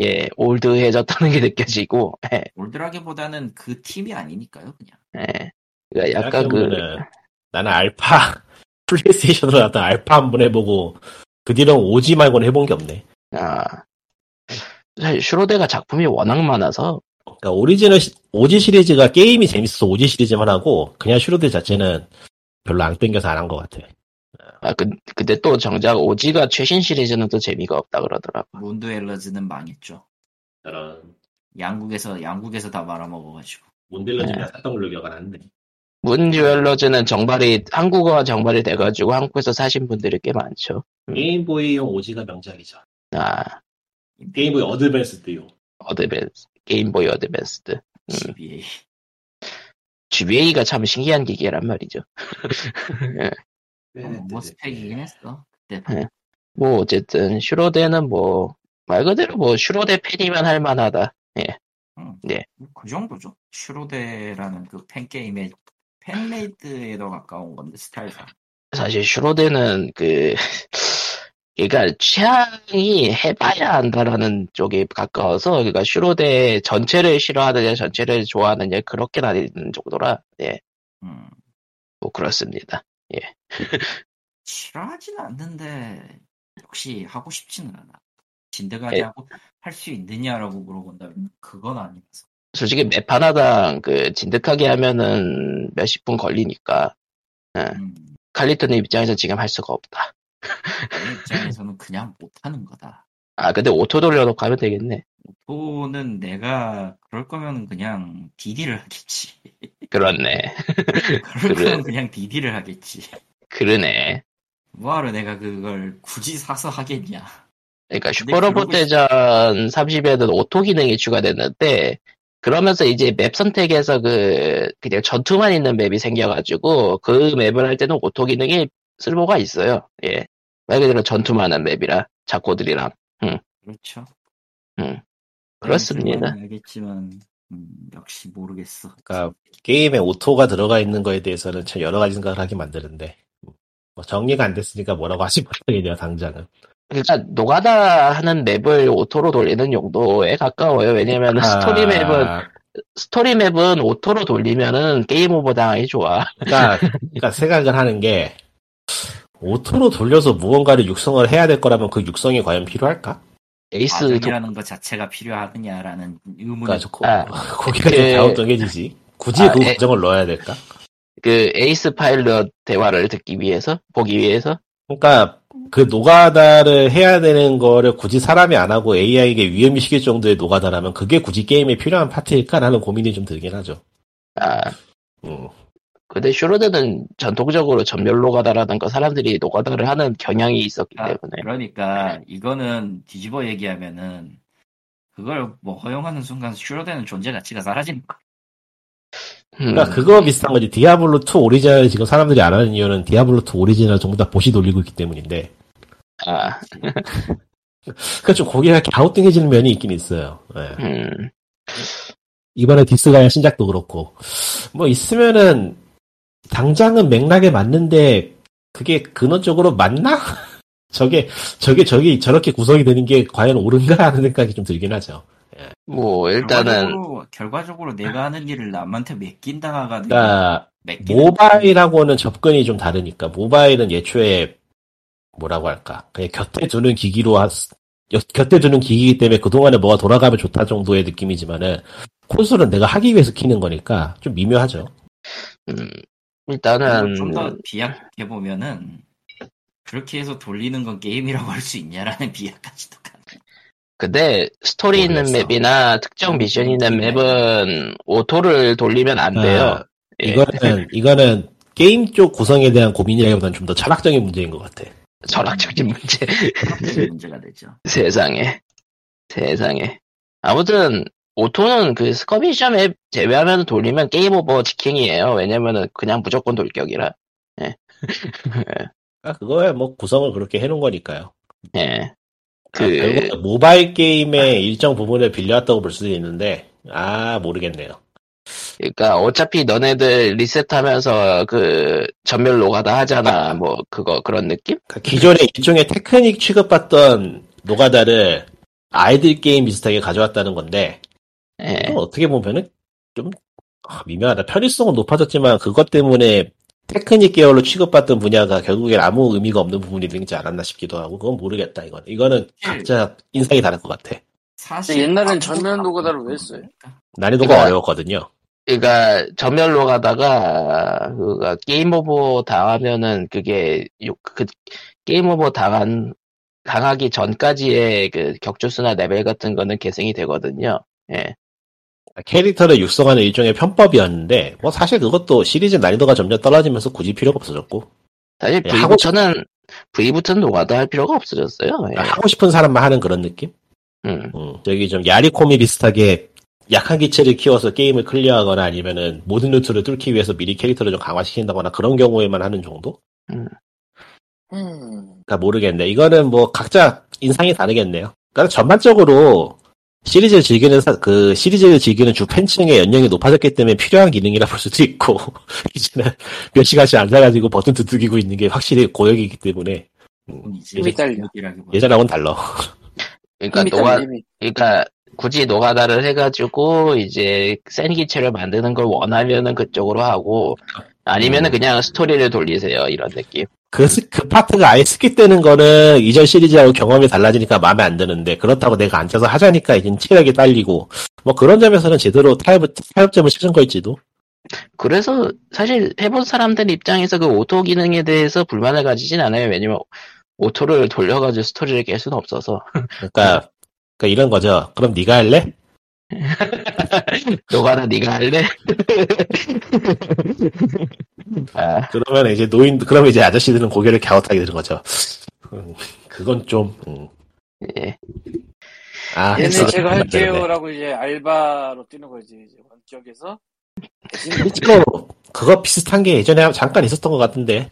S1: 예 올드해졌다는 게 느껴지고 예.
S4: 올드라기보다는 그 팀이 아니니까요, 그냥.
S1: 예. 그러니까 약간 그
S3: 생각해보면은 나는 알파 <laughs> 플레이스테이션으로 나왔던 알파 한 번 해보고 그 뒤로 오지 말고는 해본 게 없네.
S1: 아, 사실 슈로데가 작품이 워낙 많아서
S3: 그러니까 오리지널 시- 오지 시리즈가 게임이 재밌어서 오지 시리즈만 하고 그냥 슈로드 자체는 별로 안 땡겨서 안 한 것 같아.
S1: 아 그, 근데 또 정작 오지가 최신 시리즈는 또 재미가 없다 그러더라고.
S4: 몬드웰러즈는 망했죠.
S3: 그런
S4: 양국에서 양국에서 다 말아먹어가지고.
S3: 몬딜러즈가 샀던 걸로 기억 안 하는데.
S1: 문 듀얼러즈는 정발이 한국어가 정발이 돼가지고 한국에서 사신 분들이 꽤 많죠.
S3: 게임보이용 오지가 명작이죠.
S1: 아
S3: 게임보이 어드밴스드용.
S1: 어드밴스 게임보이 어드밴스드
S4: GBA.
S1: GBA가 참 신기한 기계란 말이죠.
S3: 네,
S4: 어, 뭐 스펙이긴 했어. 그때
S1: 네. 뭐 어쨌든 슈로데는 뭐 말 그대로 뭐 슈로데 팬이면 할 만하다.
S4: 그 정도죠. 슈로데라는 그 팬게임의 팬메이드에 더 가까운 건데 스타일상.
S1: 사실 슈로데는 그 <laughs> 그러니까 취향이 해봐야 한다라는 쪽에 가까워서 그러니까 슈로데 전체를 싫어하느냐 전체를 좋아하느냐 그렇게 나뉘는 정도라 예
S4: 음,
S1: 뭐 그렇습니다.
S4: 싫어하진 않는데 역시 하고 싶지는 않아. 진득하게
S1: 예.
S4: 하고 할 수 있느냐라고 물어본다면 그건 아니라서.
S1: 솔직히 맵 하나당 그 진득하게 하면은 몇십 분 걸리니까
S4: 음,
S1: 칼리토님 입장에서 지금 할 수가 없다.
S4: 내 입장에서는 그냥 못하는 거다.
S1: 아 근데 오토 돌려놓고 하면 되겠네.
S4: 또는 내가 그럴 거면 그냥 DD를 하겠지.
S1: 그렇네.
S4: <laughs>
S1: 그래.
S4: 그럴 거면 그냥 DD를 하겠지.
S1: 그러네.
S4: 뭐하러 내가 그걸 굳이 사서 하겠냐.
S1: 그러니까
S4: 근데
S1: 슈퍼로봇
S4: 그러고 있-
S1: 대전 30에는 오토 기능이 추가됐는데 그러면서 이제 맵 선택에서 그 그냥 전투만 있는 맵이 생겨가지고 그 맵을 할 때는 오토 기능이 쓸모가 있어요. 예. 말 그대로 전투만 하는 맵이라 작고들이랑
S4: 그렇죠.
S1: 음, 그렇습니다.
S4: 그건 알겠지만 음, 역시 모르겠어.
S3: 그러니까 게임에 오토가 들어가 있는 거에 대해서는 참 여러 가지 생각을 하게 만드는데 뭐 정리가 안 됐으니까 뭐라고 하지 못하겠네요 당장은.
S1: 그러니까 노가다 하는 맵을 오토로 돌리는 용도에 가까워요. 왜냐면 <laughs> 스토리 맵은
S3: 아,
S1: 스토리 맵은 오토로 돌리면은 게임 오버 당하기 좋아.
S3: 그러니까, 그러니까 생각을 하는 게 오토로 돌려서 무언가를 육성을 해야 될 거라면 그 육성이 과연 필요할까? 아,
S1: 에이스 독-
S4: 과정이라는 것 자체가 필요하느냐라는 의문이
S3: 그러니까
S4: 있고
S3: 저 고,
S1: 아.
S3: <laughs> 거기가 좀
S1: 예.
S3: 자원정해지지. 굳이
S1: 아,
S3: 그
S1: 예.
S3: 과정을 넣어야 될까?
S1: 그 에이스 파일럿 대화를 듣기 위해서 보기 위해서
S3: 그러니까 그 노가다를 해야 되는 거를 굳이 사람이 안 하고 AI에게 위험이 시킬 정도의 노가다라면 그게 굳이 게임에 필요한 파트일까라는 고민이 좀 들긴 하죠.
S1: 아
S3: 음.
S1: 근데 슈로드는 전통적으로 전멸 노가다라는 거 사람들이 노가다를 하는 경향이 있었기
S4: 아,
S1: 때문에
S4: 그러니까 이거는 뒤집어 얘기하면은 그걸 뭐 허용하는 순간 슈로되는 존재 자체가 사라지는 거.
S1: 음,
S3: 그러니까 그거 비슷한 거지. 디아블로 2 오리지널을 지금 사람들이 안 하는 이유는 디아블로 2 오리지널 전부 다 보시 돌리고 있기 때문인데.
S1: 아,
S3: 그러니까 좀 고개가 이렇게 갸우뚱해지는 면이 있긴 있어요. 예.
S1: 음,
S3: 이번에 디스가야 신작도 그렇고 뭐 있으면은 당장은 맥락에 맞는데 그게 근원적으로 맞나? <laughs> 저게 저게 저게 저렇게 구성이 되는 게 과연 옳은가 하는 생각이 좀 들긴 하죠.
S1: 뭐 일단은
S4: 결과적으로, 결과적으로 내가 하는 일을 남한테 맡긴다가
S1: 아,
S4: 되면
S3: 그러니까
S4: 맡기는
S3: 모바일하고는 접근이 좀 다르니까 모바일은 예초에 뭐라고 할까 그냥 곁에 두는 기기로 하, 여- 곁에 두는 기기이기 때문에 그 동안에 뭐가 돌아가면 좋다 정도의 느낌이지만은 콘솔은 내가 하기 위해서 키는 거니까 좀 미묘하죠.
S1: 음, 일단은
S4: 좀 더 비약해 보면은 그렇게 해서 돌리는 건 게임이라고 할 수 있냐라는 <laughs> 비약까지도 가.
S1: 근데 스토리 있는
S6: 모르겠어.
S1: 맵이나 특정 미션 있는 맵은 오토를 돌리면 안 돼요. 예.
S3: 이거는 이거는 게임 쪽 구성에 대한 고민이라기보다는 좀 더 철학적인 문제인 것 같아.
S1: <laughs> 철학적인 문제. <laughs>
S4: 그게 문제가 되죠.
S1: 세상에. 세상에. 아무튼, 오토는 그 스커비션 앱 제외하면 돌리면 게임 오버 직행이에요. 왜냐면은 그냥 무조건 돌격이라.
S3: 아, 그거야 뭐 구성을 그렇게 해놓은 거니까요.
S1: 예.
S3: 그
S1: 그,
S3: 모바일 게임의 일정 부분을 빌려왔다고 볼 수도 있는데 아 모르겠네요.
S1: 그니까 그러니까 어차피 너네들 리셋하면서 그 전멸 노가다 하잖아. 뭐, 그거, 그런 느낌?
S3: 그러니까 기존의 일종의 테크닉 취급받던 노가다를 아이들 게임 비슷하게 가져왔다는 건데
S1: 예.
S3: 이건 어떻게 보면은 좀 아, 미묘하다. 편의성은 높아졌지만 그것 때문에 테크닉 계열로 취급받던 분야가 결국엔 아무 의미가 없는 부분이 되지 않았나 싶기도 하고 그건 모르겠다 이건
S1: 음.
S3: 이거는 각자 인상이 다를 것 같아.
S4: 사실
S2: 근데 옛날엔
S4: 아무도
S2: 전면
S4: 안
S2: 노가다를
S4: 보는
S2: 왜 했어요?
S4: 거니까.
S3: 난이도가
S1: 그러니까-
S3: 어려웠거든요.
S1: 그니까 전멸로 그러니까 가다가 그가 게임 오버 당하면은 그게 요- 그 게임 오버 당한 당하기 전까지의 그 격투수나 레벨 같은 거는 계승이 되거든요. 예.
S3: 아, 캐릭터를 육성하는 일종의 편법이었는데 뭐 사실 그것도 시리즈 난이도가 점점 떨어지면서 굳이 필요가 없어졌고
S1: 사실
S3: 예, 하고
S1: V부터는 V부터는 노가다 할 필요가 없어졌어요. 예.
S3: 그러니까 하고 싶은 사람만 하는 그런 느낌?
S1: 음.
S3: 음, 저기 좀 야리코미 비슷하게 약한 기체를 키워서 게임을 클리어하거나 아니면은 모든 루트를 뚫기 위해서 미리 캐릭터를 좀 강화시킨다거나 그런 경우에만 하는 정도?
S2: 음.
S3: 그러니까 모르겠네. 이거는 뭐 각자 인상이 다르겠네요. 그러니까 전반적으로 시리즈를 즐기는 사- 그 시리즈를 즐기는 주 팬층의 연령이 높아졌기 때문에 필요한 기능이라 볼 수도 있고 <laughs> 이제는 몇 시간씩 앉아가지고 버튼 두들기고 있는 게 확실히 고역이기 때문에
S4: 이제
S2: 힘이 딸려.
S4: 얘기라기보다.
S3: 예전하고는 달라.
S1: 그러니까
S2: 힘이
S1: 노가
S2: 딸려, 힘이.
S1: 그러니까 굳이 노가다를 해가지고 이제 센 기체를 만드는 걸 원하면은 그쪽으로 하고 아니면은
S3: 음.
S1: 그냥 스토리를 돌리세요 이런 느낌.
S3: 그, 스- 그 파트가 아예 스킵되는 거는 이전 시리즈하고 경험이 달라지니까 마음에 안 드는데 그렇다고 내가 앉아서 하자니까 이제 체력이 딸리고 뭐 그런 점에서는 제대로 타협, 타협점을 찾은 걸지도
S1: 그래서 사실 해본 사람들 입장에서 그 오토 기능에 대해서 불만을 가지진 않아요. 왜냐면 오토를 돌려가지고 스토리를 깰 수는 없어서
S3: 그러니까 그러니까 이런 거죠. 그럼 네가 할래?
S1: 너가나 네가 할래? 아,
S3: 그러면 이제 노인, 그러면 이제 아저씨들은 고개를 갸웃하게 되는 거죠. 음, 그건 좀, 음.
S1: 예.
S3: 아,
S2: 얘네
S3: 했어.
S2: 제가
S3: 만드는데.
S2: 할게요라고 이제 알바로 뛰는 거지 이제 원격에서
S3: 실제로 그거 비슷한 게 예전에 잠깐 있었던 것 같은데,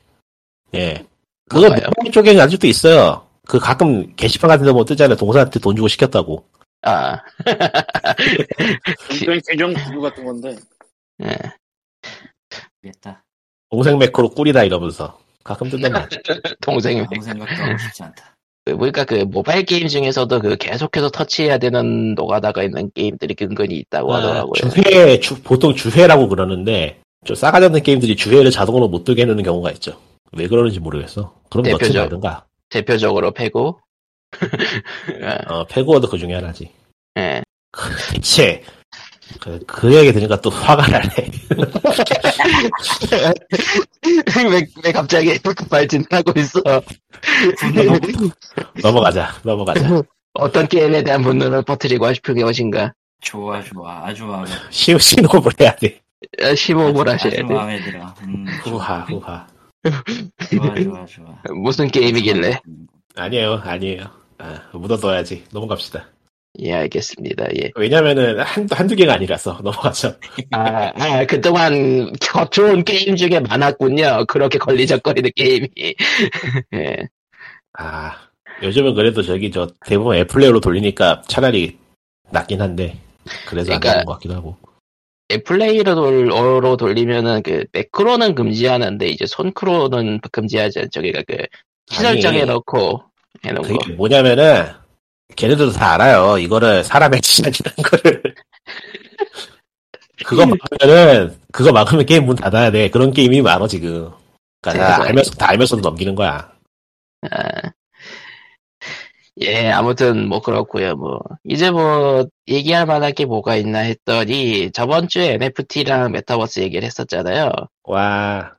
S3: 예. 그거
S1: 뭔가요?
S3: 모바일 쪽에는 아직도 있어요. 그 가끔 게시판 같은 데 보면 뜨잖아요. 동사한테 돈 주고 시켰다고.
S1: 아,
S2: 일종의 규정 구조 같은 건데
S1: 예.
S4: 됐다.
S3: 동생 매크로 꿀이다 이러면서. 가끔 뜨잖아.
S1: 동생이
S4: 아무 생각도 하고 싶지 않다.
S1: 그 보니까 그 모바일 게임 중에서도 그 계속해서 터치해야 되는 노가다가 있는 게임들이 근근히
S4: 아,
S1: 있다고 하더라고요.
S3: 아, 주회, 주- 보통 주회라고 그러는데, 좀 싸가지 없는 게임들이 주회를 자동으로 못 뜨게 해놓는 경우가 있죠. 왜 그러는지 모르겠어. 그럼 너트
S1: 대표적-
S3: 말든가.
S1: 대표적으로 패고 네.
S3: 어, 페고어도 그 중에 하나지.
S1: 예. <laughs>
S3: 대체 그, 그 얘기 들으니까 또 <laughs> 화가 나네.
S1: 왜, 왜 갑자기 발진을 하고
S4: <laughs>
S1: 있어?
S3: 넘어가자,
S1: <laughs>
S3: 넘어가자.
S1: 어떤 게임에 대한 분노를 퍼뜨리고 싶은 것인가?
S4: 좋아 좋아 아주 마음에
S3: <laughs> 시, 신호를 해야 돼.
S1: 아, 심호흡을 하셔야
S4: 아주
S1: 돼.
S4: 마음에 들어. 음,
S3: 후하, 후하.
S4: 좋아 좋아 좋아.
S1: 무슨 게임이길래?
S3: 아니에요, 아니에요. 아, 묻어둬야지. 넘어갑시다.
S1: 예, 알겠습니다. 예.
S3: 왜냐면은 한, 한두 개가 아니라서 <laughs> 넘어가죠.
S1: 아, 아, 그동안 좋은 게임 중에 많았군요. 그렇게 걸리적거리는 게임이. <laughs> 예.
S3: 아, 요즘은 그래도 저기 저 대부분 애플레이로 돌리니까 차라리 낫긴 한데. 그래서 안
S1: 그러니까-
S3: 되는 것 같기도 하고.
S1: 애플레이로 돌, 어로 돌리면은 그, 매크로는 금지하는데, 이제 손크로는 금지하지 않죠. 그러니까 그,
S3: 아니.
S1: 시설정에 넣고, 해놓은 거.
S3: 그게 뭐냐면은 걔네들도 다 알아요. 이거를 사람의 치약이라는 <laughs> 거를. 그거 막으면은 그거 막으면 게임 문 닫아야 돼. 그런 게임이 많아 지금.
S1: 네,
S3: 그러니까 다
S1: 세상에.
S3: 알면서 다 알면서도 넘기는 거야.
S1: 아. 예, 아무튼 뭐 그렇고요. 뭐 이제 뭐 얘기할 만한 게 뭐가 있나 했더니 저번 주에 NFT랑 메타버스 얘기를 했었잖아요.
S3: 와,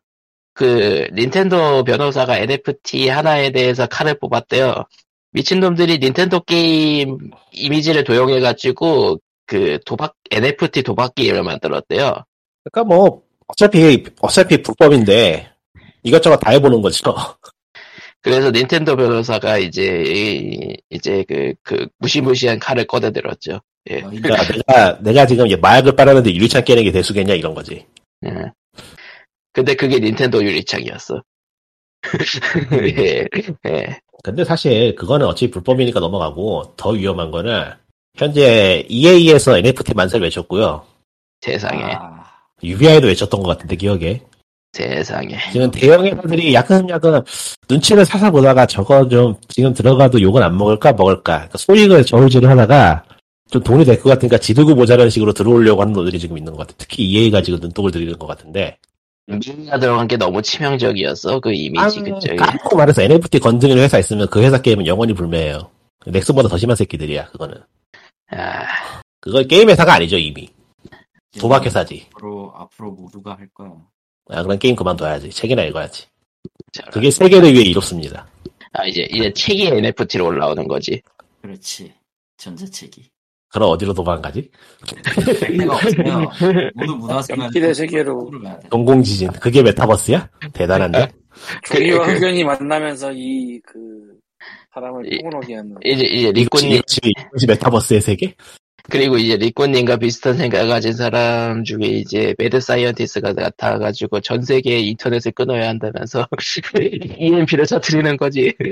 S1: 그 닌텐도 변호사가 NFT 하나에 대해서 칼을 뽑았대요. 미친놈들이 닌텐도 게임 이미지를 도용해가지고 그 도박 NFT 도박 게임을 만들었대요.
S3: 그러니까 뭐 어차피 어차피 불법인데 이것저것 다 해보는 거죠. <laughs>
S1: 그래서 닌텐도 변호사가 이제 이- 이제 그, 그 무시무시한 칼을 꺼내들었죠. 예.
S4: 너희
S3: 그러니까 내가 내가 지금 이제 마약을 빨았는데 유리창 깨는 게 대수겠냐 이런 거지.
S1: 예. 근데 그게 닌텐도 유리창이었어. <laughs> 예. 예.
S3: 근데 사실 그거는 어차피 불법이니까 넘어가고 더 위험한 거는 현재 E EA에서 NFT 만세를 외쳤고요.
S1: 세상에.
S4: 아,
S3: UBI도 외쳤던 것 같은데 기억에
S1: 세상에.
S3: 지금 대형 회사들이 야금야금 눈치를 사서 보다가 저거 좀 지금 들어가도 욕은 안 먹을까 먹을까 그러니까 소익을 저울질을 하다가 좀 돈이 될 것 같으니까 지르고 모자라는 식으로 들어오려고 하는 놈들이 지금 있는 것 같아. 특히 EA가 지금 눈독을 들이는 것 같은데
S1: 미니가 들어간 게 너무 치명적이었어. 그 이미지 그쪽이.
S3: 깜고 말해서 NFT 건드리는 회사 있으면 그 회사 게임은 영원히 불매예요. 넥슨보다 더 심한 새끼들이야 그거는.
S1: 아,
S3: 그건 게임 회사가 아니죠 이미 도박 회사지.
S4: 앞으로 앞으로 모두가 할 거야.
S3: 아, 그럼 게임 그만둬야지. 책이나 읽어야지.
S1: 저런.
S3: 그게 세계를 위해 이롭습니다.
S1: 아, 이제 이제 책이 NFT로 올라오는 거지.
S4: 그렇지.
S3: <laughs>
S4: 전자책이.
S3: 그럼 어디로 도망가지?
S4: 내가 없으면 모두 문화생활
S2: 연필의 세계로.
S4: 가야 돼.
S3: 동공지진. 그게 메타버스야? 대단한데?
S2: 종이와
S1: 그-
S2: 흑연이 만나면서 이 그 사람을
S1: 이-
S2: 똥으로게 하는
S1: <laughs> 이제 이제 리코님
S3: 이것이, 이것이 메타버스의 세계?
S1: 그리고 이제 리코님과 비슷한 생각 가진 사람 중에 이제 매드 사이언티스트가 나타가지고 전 세계의 인터넷을 끊어야 한다면서 그 <laughs> EMP를 터트리는 거지. <laughs>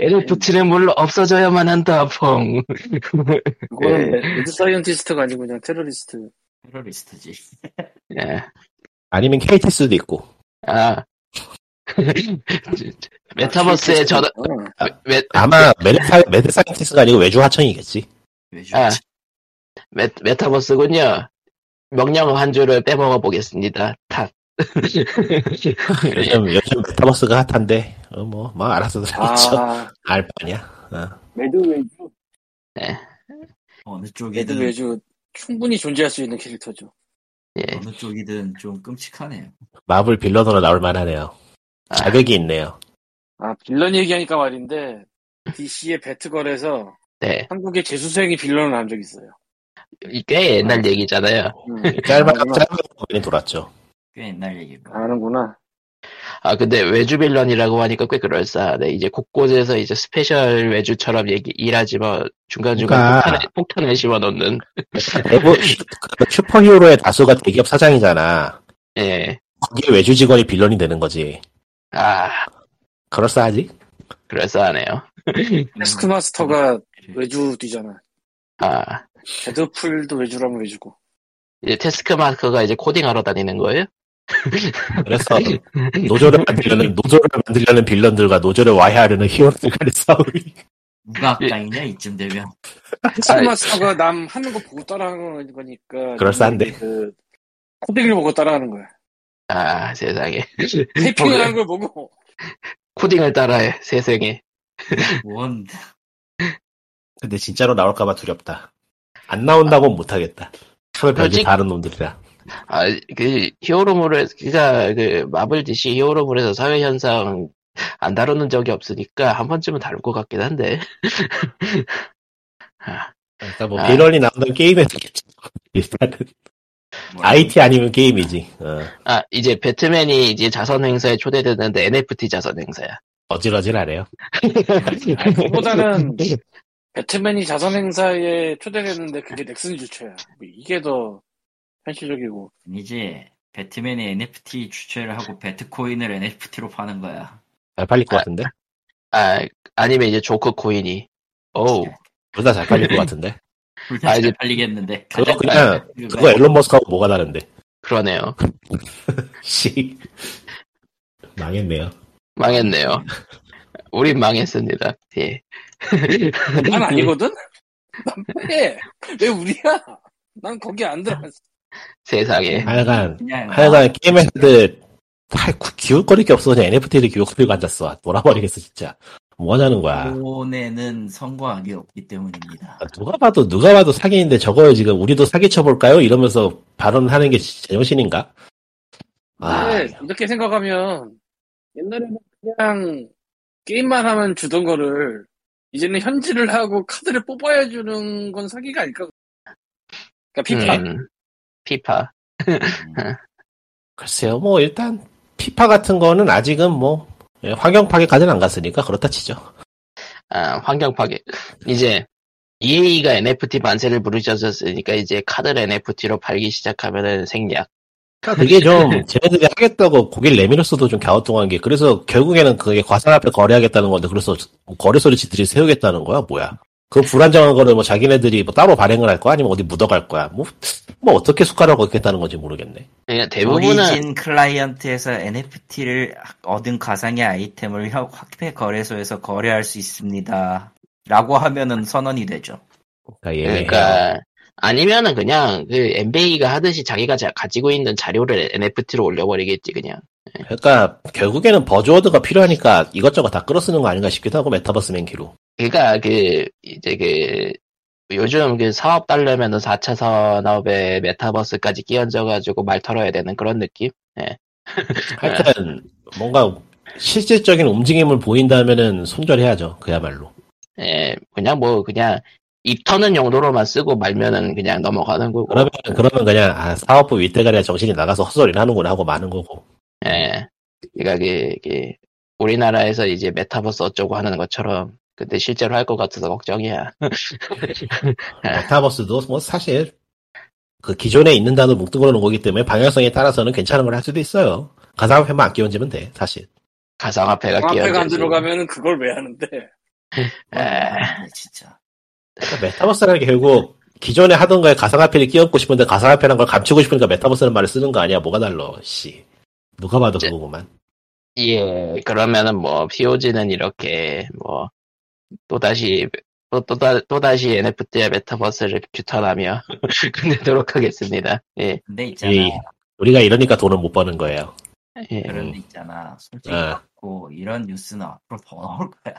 S1: NFT는 물론 없어져야만 한다. 펑. <laughs> 예.
S2: 그거는 매드 사이언티스트가 아니고 그냥 테러리스트
S4: 테러리스트지.
S1: 예.
S3: 아니면 KTS도 있고.
S1: 아. <laughs> 메타버스의 전
S2: 어.
S1: 메,
S3: 아마 메르사, 메드사이언티스가 아니고 외주하청이겠지.
S4: 왜죠?
S1: 아. 메, 메타버스군요. 명령 한 줄을 빼먹어 보겠습니다.
S3: <laughs>
S1: 탁.
S3: 요즘, 요즘 메타버스가 핫한데, 어, 뭐, 뭐, 알아서들 하겠죠.
S1: 그렇죠.
S2: 아
S3: 알바냐.
S2: 매드 외주
S4: 어느
S2: 매드
S4: 쪽이든
S2: 외주 충분히 존재할 수 있는 캐릭터죠
S1: 예.
S4: 어느 쪽이든 좀 끔찍하네요.
S3: 마블 빌런으로 나올 만하네요. 자격이 있네요.
S2: 아 빌런 얘기하니까 말인데 DC의 배트걸에서
S1: 네.
S2: 한국의 재수생이 빌런을 한 적 있어요
S1: 꽤 옛날 얘기잖아요.
S2: 음,
S3: 짧은,
S2: 아는구나.
S3: 짧은 거리 돌았죠.
S4: 꽤 옛날 얘기고. 음,
S2: 아는구나
S1: 아, 근데 외주 빌런이라고 하니까 꽤 그럴싸하네. 이제 곳곳에서 이제 스페셜 외주처럼 얘기, 일하지만 중간중간
S3: 그러니까.
S1: 폭탄을, 폭탄을 심어 놓는,
S3: 대부, 그 슈퍼 히어로의 다수가 대기업 사장이잖아.
S1: 예.
S3: 거기에 외주 직원이 빌런이 되는 거지.
S1: 아,
S3: 그럴싸하지?
S1: 그럴싸하네요. 음.
S2: 테스크마스터가 외주 뒤잖아
S1: 아,
S2: 데드풀도 외주라면 외주고
S1: 이제 테스크마크가 이제 코딩하러 다니는 거예요?
S3: 그래서 <laughs> 노조를 만들려는 노조를 만들려는 빌런들과 노조를 와해하려는 히어로들 간의 싸움이
S4: 누가 악당이냐 이쯤 되면
S2: 테스크마스터가 남 하는 거 보고 따라하는 거니까
S3: 그럴싸한데.
S2: 그 코딩을 보고 따라하는 거야
S1: 아, 세상에. <laughs>
S2: 테이핑을 한 걸 보고
S1: 코딩을 따라해, 세상에.
S4: 뭔
S3: 근데 진짜로 나올까봐 두렵다 안 나온다고 못하겠다 참을 별게
S1: 솔직히-
S3: 다른 놈들이라
S1: 아, 그, 히어로물에, 그니까, 그, 마블 DC 히어로물에서 사회현상 안 다루는 적이 없으니까 한 번쯤은 다룰 것 같긴 한데.
S3: 그러니까 뭐
S1: 아.
S3: 빌런이 나온다면 게임에 되겠죠 일단은
S4: 뭐라고.
S3: IT 아니면 게임이지 어,
S1: 아, 이제 배트맨이 이제 자선 행사에 초대되는데 NFT 자선 행사야.
S3: 어질어질 하네요
S2: 아니, <laughs> 그보다는 네. 배트맨이 자선 행사에 초대됐는데 그게 넥슨 주최야. 뭐 이게 더 현실적이고
S4: 이제 배트맨의 NFT 주최를 하고 배트코인을 NFT로 파는 거야.
S3: 잘 팔릴 것 같은데
S1: 아, 아니면 이제 조커 코인이. 오우.
S3: 둘 다 잘 팔릴 것 같은데
S4: 둘다
S1: 아,
S4: 이제
S1: 이제-
S4: 팔리겠는데.
S3: <laughs> 그거
S4: 가장
S3: 그냥
S4: 빠른 이유가
S3: 그거 앨런 머스크하고 뭐가 다른데
S1: 그러네요.
S3: 씨 망했네요
S1: 망했네요. 우린 망했습니다. 예.
S2: 난
S3: 그
S2: 아니거든. <laughs> 난 빼. 왜 우리야? 난 거기 안 들어갔어.
S1: <laughs> 세상에.
S3: 하여간
S4: 그냥
S3: 하여간 게임 회사들 다 구- 기웃거릴 게 없어 그냥 NFT를 기웃거리고 앉았어 몰아버리겠어 진짜 뭐 하자는 거야?
S4: 이번에는 성과학이 없기 때문입니다.
S3: 아, 누가 봐도 누가 봐도 사기인데 저거 지금 우리도 사기 쳐볼까요? 이러면서 발언하는 게 제정신인가? 아,
S2: 근데 네, 이렇게 생각하면 옛날에는 그냥 게임만 하면 주던 거를 이제는 현질을 하고 카드를 뽑아야 주는 건 사기가 아닐까? 그러니까 피파
S1: 음, 피파.
S3: 네.
S4: 음,
S3: 글쎄요. 뭐 일단 피파 같은 거는 아직은 뭐 예, 환경 파괴까지는 안 갔으니까 그렇다 치죠.
S1: 아, 환경 파괴. 이제 E EA가 NFT 반세를 부르셨으니까 이제 카드를 NFT로 팔기 시작하면은 생략.
S3: 그러니까 그게 좀 <laughs> 쟤네들이 하겠다고 고개를 내밀었어도 좀 갸우뚱한 게 그래서 결국에는 그게 과산 앞에 거래하겠다는 건데 그래서 거래 소리 지들이 세우겠다는 거야 뭐야 그 불안정한 거를 뭐 자기네들이 뭐 따로 발행을 할 거야 아니면 어디 묻어갈 거야 뭐, 뭐 어떻게 숟가락 얻겠다는 건지 모르겠네
S1: <laughs> 그러니까 대부분은
S4: 오리진 클라이언트에서 NFT를 얻은 가상의 아이템을 혀- 화폐 거래소에서 거래할 수 있습니다. 라고 하면은 선언이 되죠.
S3: 그러니까 얘네
S1: 그러니까 아니면은 그냥 그 NBA가 하듯이 자기가 자- 가지고 있는 자료를 NFT로 올려버리겠지 그냥.
S3: 그러니까 결국에는 버즈워드가 필요하니까 이것저것 다 끌어쓰는 거 아닌가 싶기도 하고 메타버스 맹키로
S1: 그러니까 그 이제 그 요즘 그 사업 따려면은 4차 산업에 메타버스까지 끼얹어가지고 말 털어야 되는 그런 느낌?
S3: 하여튼 뭔가 실질적인 움직임을 보인다면은 손절해야죠 그야말로
S1: 예, 그냥 뭐 그냥 입 터는 용도로만 쓰고 말면은 그냥 넘어가는 거고.
S3: 그러면 그러면 그냥 아, 사업부 윗대가리야 정신이 나가서 헛소리를 하는구나 하고 마는 거고
S1: 예. 그러니까 그, 그 우리나라에서 이제 메타버스 어쩌고 하는 것처럼 근데 실제로 할 것 같아서 걱정이야.
S3: 메타버스도 뭐 사실 그 기존에 있는 단어 뭉뚱그려 놓은 거기 때문에 방향성에 따라서는 괜찮은 걸 할 수도 있어요. 가상화폐만 안 끼얹으면 돼, 사실.
S1: 가상화폐가 끼어.
S2: 앞에가 안 들어가면 그걸 왜 하는데?
S1: 예.
S4: 아, 진짜.
S3: 그러니까 메타버스라는 게 결국 기존에 하던 거에 가상화폐를 끼얹고 싶은데 가상화폐란 걸 감추고 싶으니까 메타버스라는 말을 쓰는 거 아니야. 뭐가 달라, 씨. 누가 봐도
S1: 네.
S3: 그거구만.
S1: 예. 그러면은 뭐 POG는 이렇게 뭐 또다시 또, 또, 다- 또다시 NFT와 메타버스를 규탄하며 <laughs> 끝내도록 하겠습니다. 예.
S4: 근데
S3: 이-
S4: 있잖아.
S3: 우리가 이러니까 돈을 못 버는 거예요.
S1: 예. 네.
S4: 그런데 있잖아. 솔직히
S3: 어.
S4: 고 이런 뉴스는 앞으로 더 나올 거야.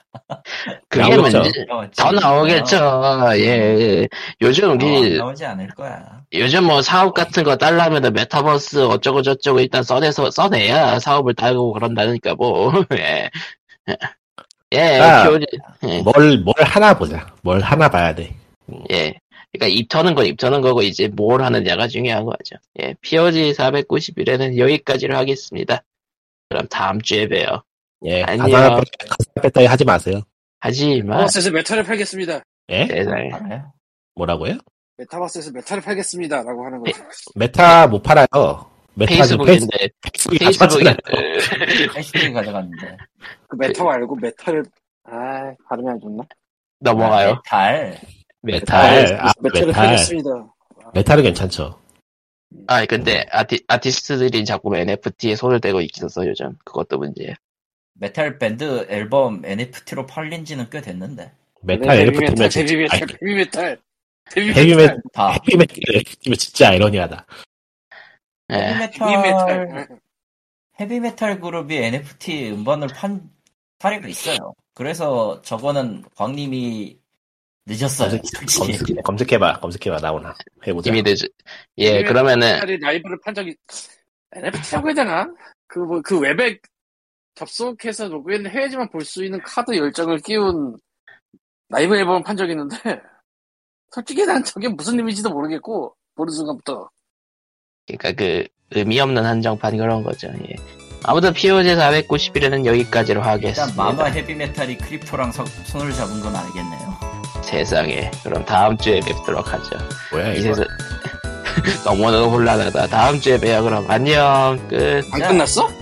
S1: 그렇죠. 그게
S3: 나오겠죠.
S1: 문제. 더 나오겠죠. 예, 예. 요즘
S4: 더 안
S3: 어.
S1: 그
S4: 나오지 않을 거야.
S1: 요즘 뭐 사업 같은 거 딸라면 메타버스 어쩌고 저쩌고 일단 써내서 써내야 사업을 따고 그런다니까 뭐 <laughs> 예. 예,
S3: 아.
S1: POG 예.
S3: 뭘, 뭘 하나 보자. 뭘 하나 봐야 돼.
S1: 예. 그러니까 입터는 건 입터는 거고 이제 뭘 하느냐가 중요한 거죠. 예, POG 491에는 여기까지로 하겠습니다. 그럼 다음 주에 봬요.
S3: 예,
S1: 아니요.
S3: 가상화폐, 가상화폐 따위 하지 마세요. 아.
S1: 하지만
S2: 메타버스에서 메타를 팔겠습니다.
S3: 예?
S1: 세상에
S4: 알아요?
S3: 뭐라고요?
S2: 메타버스에서 메타를 팔겠습니다라고 하는 거죠.
S3: 메타 못 팔아요. 메타 그
S1: 페이스북인데
S3: 페이스북이
S1: 페이스북에
S3: 가져왔잖아요.
S4: 해시태그 가져갔는데.
S2: 그 메타 말고 메타를 아 발음이 안
S1: <laughs>
S2: 좋나?
S4: 아,
S1: 넘어가요.
S4: 달.
S3: <laughs> 메탈, 아,
S2: 메타를
S3: 메탈.
S2: 팔겠습니다.
S3: 메탈은 괜찮죠.
S1: 아 근데 아티, 아티스트들이 자꾸 뭐 NFT에 손을 대고 있긴 해서 요즘 그것도 문제예요.
S4: 메탈 밴드 앨범 NFT로 팔린 지는 꽤 됐는데.
S3: 메탈
S2: 네,
S3: LFT면
S2: 데뷔
S3: 진짜
S2: 메탈, 데뷔 메탈, 데뷔
S3: 데뷔
S2: 메탈,
S3: 메-
S4: 다.
S3: <laughs> 헤비 메탈 LFT면 진짜 아이러니하다.
S1: 예.
S2: 데뷔
S4: 헤비메탈,
S2: 메탈.
S4: 헤비메탈 그룹이 NFT 음반을 판 사례가 있어요. 그래서 저거는 광님이 늦었어요.
S3: 검색,
S4: 솔직히.
S3: 검색- 검색해봐, 검색해봐 나오나 해보자.
S1: 이미 되죠. 예,
S2: 이미
S1: 그러면은
S2: 메탈이 네. 라이브를 판 적이 NFT라고 해야 되나? 그 뭐 그 웹에 접속해서 로그인 해야지만 볼 수 있는 카드 열정을 끼운 라이브 앨범을 판 적이 있는데 <laughs> 솔직히 난 저게 무슨 의미인지도 모르겠고 보는 순간부터
S1: 그러니까 그 의미 없는 한정판 그런 거죠. 예. 아무튼 POG 491에는 여기까지로
S4: 일단
S1: 하겠습니다.
S4: 마마 헤비메탈이 크립토랑 서- 손을 잡은 건 알겠네요.
S1: 세상에. 그럼 다음 주에 뵙도록 하죠.
S3: 뭐야
S1: 이
S3: 네,
S1: <laughs>
S3: 이거?
S1: 세상 너무너무 혼란하다. 다음 주에 봬요. 그럼 안녕. 끝.
S2: 안 끝났어?